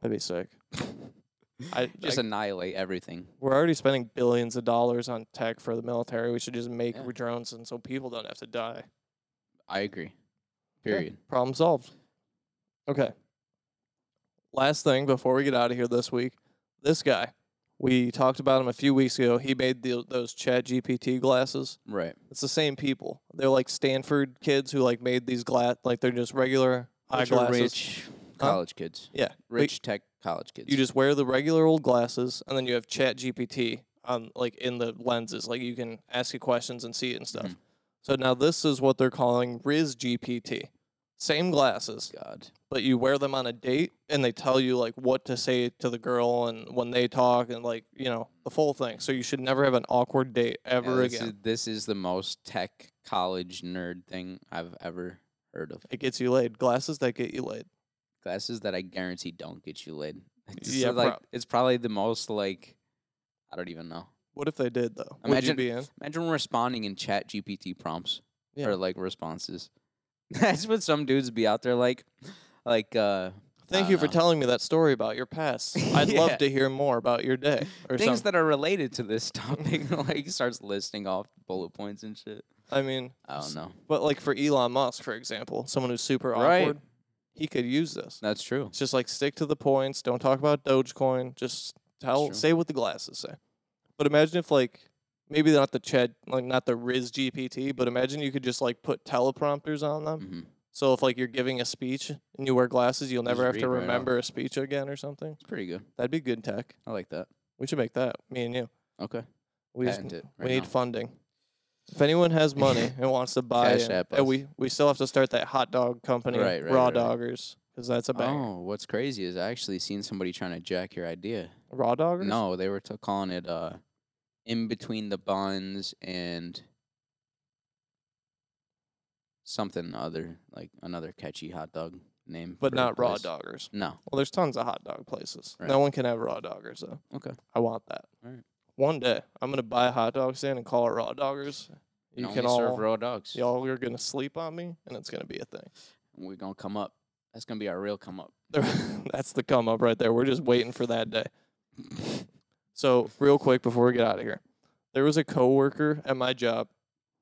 A: That'd be sick. I
B: just
A: I-
B: annihilate everything.
A: We're already spending billions of dollars on tech for the military. We should just make
B: Yeah.
A: drones and so people don't have to die.
B: I agree.
A: Yeah.
B: Period.
A: Problem solved. Okay. Last thing before we get out of here this week, this guy, we talked about him a few weeks ago. He made the, those Chat GPT glasses.
B: Right.
A: It's the same people. They're like Stanford kids who like made these glass, like they're just regular eye
B: Bunch of
A: glasses.
B: Rich college kids.
A: Yeah, but-
B: Rich tech college kids.
A: you just wear the regular old glasses and then you have chat gpt on like in the lenses like you can ask it questions and see it and stuff
B: Mhm.
A: so now this is what they're calling riz gpt same glasses
B: God.
A: but you wear them on a date and they tell you like what to say to the girl and when they talk and like you know the full thing so you should never have an awkward date
B: Yeah,
A: ever
B: this,
A: again
B: is, this is the most tech college nerd thing I've ever heard of.
A: it gets you laid glasses that get you laid
B: Glasses that I guarantee don't get you laid. This is
A: Yeah,
B: like
A: prob-
B: it's probably the most like I don't even know.
A: what if they did though would you
B: Imagine-
A: be in
B: Imagine responding in chat GPT prompts
A: Yeah.
B: or like responses. That's what some dudes be out there like. Like uh
A: thank
B: don't
A: you for
B: know.
A: telling me that story about your past i'd love
B: Yeah.
A: to hear more about your day or
B: things
A: something.
B: that are related to this topic. like starts listing off bullet points and shit.
A: i mean
B: I
A: S-
B: don't know.
A: But like for Elon Musk, for example, someone who's super
B: Right.
A: awkward, he could use this.
B: That's true.
A: It's just like stick to the points. Don't talk about Dogecoin. Just tell,
B: true.
A: say what the glasses say. But imagine if like maybe not the Chat, like not the Riz GPT, but imagine you could just like put teleprompters on them.
B: hmm
A: So if like you're giving a speech and you wear glasses, you'll never have
B: read
A: to
B: right off.
A: remember a speech again or something.
B: It's pretty good.
A: That'd be good tech.
B: I like that.
A: We should make that. Me and you.
B: Okay.
A: We just
B: Patent it
A: we
B: right
A: need
B: now.
A: funding. If anyone has money and wants to buy
B: Cash
A: in,
B: app
A: and
B: us.
A: we, we still have to start that hot dog company,
B: Right, right,
A: Raw
B: right, right.
A: Doggers, because that's a bang.
B: Oh, what's crazy is I actually seen somebody trying to jack your idea.
A: Raw Doggers?
B: No, they were t- calling it uh in between the buns and something other like another catchy hot dog. name,
A: but
B: for a
A: not raw
B: place.
A: doggers.
B: No,
A: Well, there's tons of hot dog places.
B: Right.
A: No one can have raw doggers though.
B: Okay.
A: I want that.
B: Alright.
A: One day I'm gonna buy a hot dog stand and call it raw doggers. You
B: only
A: can
B: serve
A: all
B: raw dogs.
A: y'all are gonna sleep on me, and it's gonna be a thing.
B: We're gonna come up. That's gonna be our real come up.
A: That's the come up right there. We're just waiting for that day. So real quick before we get out of here, there was a coworker at my job.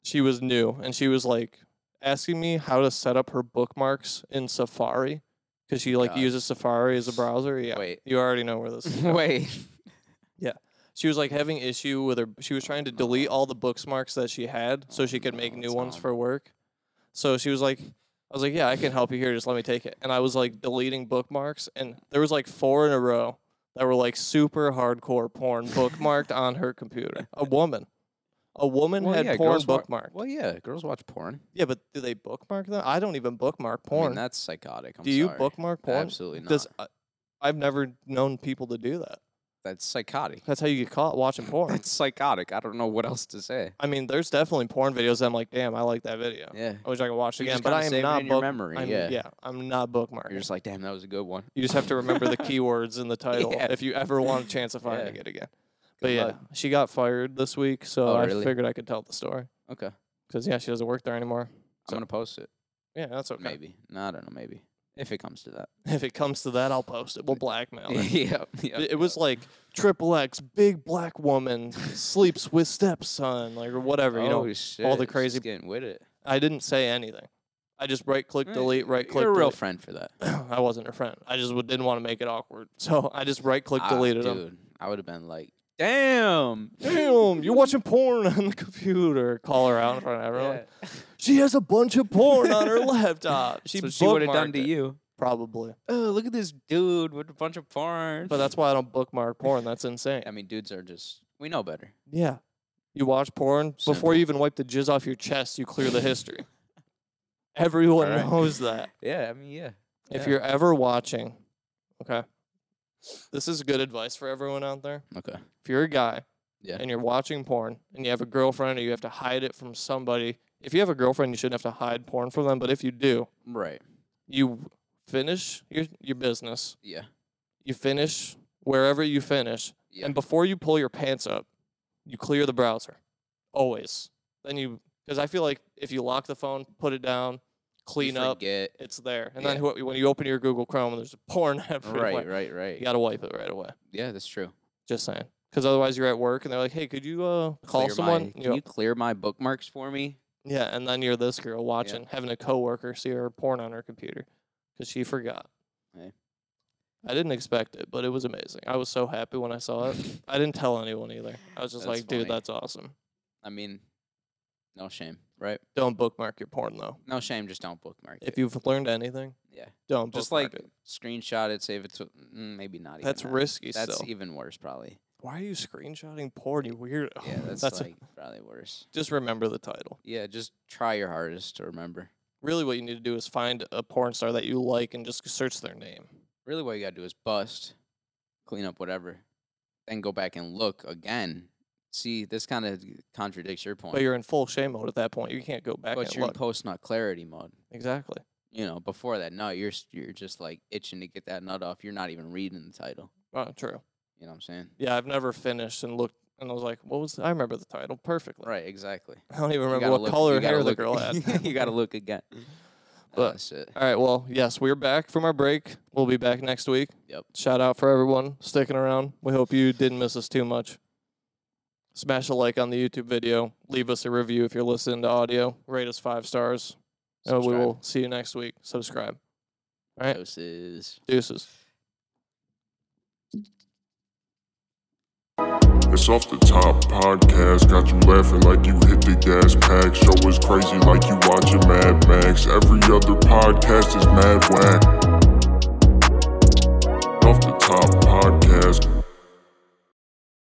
A: She was new and she was like asking me how to set up her bookmarks in Safari because she like
B: God.
A: uses Safari as a browser. Yeah,
B: Wait,
A: you already know where this. Is going.
B: wait.
A: She was like having issue with her. She was trying to delete
B: Uh-huh.
A: all the bookmarks that she had so she could make
B: Oh,
A: new ones
B: Tom.
A: for work. So she was like, I was like, yeah, I can help you here. Just let me take it. And I was like deleting bookmarks, and there was like four in a row that were like super hardcore porn bookmarked on her computer. A woman, a woman
B: Well,
A: had
B: yeah,
A: porn
B: girls wa-
A: bookmarked.
B: Well, yeah, girls watch porn.
A: yeah, but do they bookmark them? I don't even bookmark
B: Porn.
A: porn.
B: that's psychotic. I'm
A: do you
B: sorry.
A: bookmark porn?
B: Absolutely not.
A: Does I, I've never known people to do that.
B: that's psychotic.
A: That's how you get caught watching porn.
B: That's psychotic. I don't know what else to say.
A: I mean, there's definitely porn videos that I'm like, damn, I like that video.
B: Yeah.
A: I wish I could watch it
B: You
A: again,
B: just
A: but
B: kinda
A: I
B: save it
A: am not
B: in your
A: book-
B: memory.
A: I'm,
B: yeah.
A: I'm not bookmarking.
B: You're just like, damn, that was a good one.
A: you just have to remember the keywords in the title
B: Yeah.
A: if you ever want a chance of
B: Yeah.
A: finding it again. But
B: Good
A: yeah,
B: luck.
A: she got fired this week, so
B: Oh,
A: I
B: really?
A: figured I could tell the story
B: Okay. I'm
A: because yeah, she doesn't work there anymore. So-
B: gonna post it.
A: Yeah, that's okay.
B: Maybe. No, I don't know. Maybe if it comes to that.
A: If it comes to that, I'll post it. We'll blackmail her.
B: yeah. yeah.
A: It- It was like triple X, big black woman sleeps with stepson, like or whatever. you know,
B: Oh, shit.
A: all the
B: she's
A: crazy-
B: getting with it.
A: I didn't say anything. I just right click,
B: Right.
A: delete, right click,
B: Mm. You're a real
A: delete.
B: friend for that.
A: I wasn't her friend. I just w- didn't want to make it awkward, so I just right click
B: Ah,
A: deleted them.
B: dude, I would have been like, damn.
A: Damn, you're watching porn on the computer. Call her out in front of everyone.
B: Yeah.
A: She has a bunch of porn on her laptop. She
B: That's what she would have done
A: bookmarked
B: to
A: it.
B: you.
A: probably.
B: Oh, look at this dude with a bunch of porn.
A: But that's why I don't bookmark porn. That's insane.
B: I mean, dudes are just. We know better.
A: Yeah, you watch porn before
B: Simple.
A: you even wipe the jizz off your chest. You clear the history. Everyone
B: Alright.
A: knows that.
B: Yeah, I mean, yeah.
A: If
B: Yeah.
A: you're ever watching, okay, this is good advice for everyone out there.
B: Okay.
A: if you're a guy
B: Yeah.
A: and you're watching porn and you have a girlfriend or you have to hide it from somebody, if you have a girlfriend, you shouldn't have to hide porn from them. But if you do,
B: Right.
A: you finish your, your business,
B: Yeah.
A: you finish wherever you finish,
B: Yeah.
A: and before you pull your pants up, you clear the browser. Always. Then you, because I feel like if you lock the phone, put it down, clean up,
B: Forget.
A: it's there. And
B: Yeah.
A: then wh- when you open your Google Chrome, there's porn everywhere.
B: Right, right, right.
A: You got to wipe it right away.
B: Yeah, that's true.
A: Just saying. Because otherwise you're at work and they're like, hey, could you uh, call
B: Clear
A: someone?
B: My,
A: You
B: can
A: go,
B: you clear my bookmarks for me?
A: yeah, and then you're this girl watching, having a coworker see her porn on her computer because she forgot.
B: Hey.
A: I didn't expect it, but it was amazing. I was so happy when I saw it. I didn't tell anyone either. I was just
B: That's
A: like, dude,
B: funny.
A: that's awesome.
B: I mean, no shame, right?
A: Don't bookmark your porn though.
B: No shame. Just don't bookmark
A: If
B: it.
A: you've learned anything,
B: Yeah.
A: don't
B: Just
A: bookmark
B: like
A: it.
B: screenshot it, save it to. mm, Maybe not. Even
A: That's
B: that.
A: risky
B: That's e
A: still.
B: even worse, probably.
A: Why are you screenshotting porn, you weirdo?
B: Yeah, that's,
A: a-
B: like probably worse.
A: just remember the title.
B: Yeah, just try your hardest to remember.
A: Really, what you need to do is find a porn star that you like and just search their name.
B: Really, what you gotta do is bust, clean up whatever, then go back and look again. See, this kind of contradicts your point.
A: But you're in full shame mode at that point. You can't go back
B: but
A: and
B: you're in
A: look.
B: post nut clarity mode.
A: exactly.
B: You know, before that nut, you're s- you're just like itching to get that nut off. You're not even reading the title.
A: Oh, true.
B: You know what I'm saying?
A: Yeah, I've never finished and looked and I was like, what was I remember the title perfectly.
B: Right, exactly. You
A: I don't even remember
B: gotta
A: what
B: look-
A: color
B: you gotta
A: hair the
B: look-
A: girl had.
B: you gotta look again.
A: But- uh,
B: oh, shit.
A: All right, well, yes, we're back from our break. We'll be back next week.
B: Yep.
A: Shout out for everyone sticking around. We hope you didn't miss us too much. Smash a like on the YouTube video. Leave us a review if you're listening to audio. Rate us five stars. And we
B: Subscribe.
A: will see you next week. Subscribe. All right.
B: Doses.
A: Deuces.
D: It's off the top podcast, got you laughing like you hit the gas pack. Show is crazy like you watching Mad Max. Every other podcast is mad whack. Off the top podcast.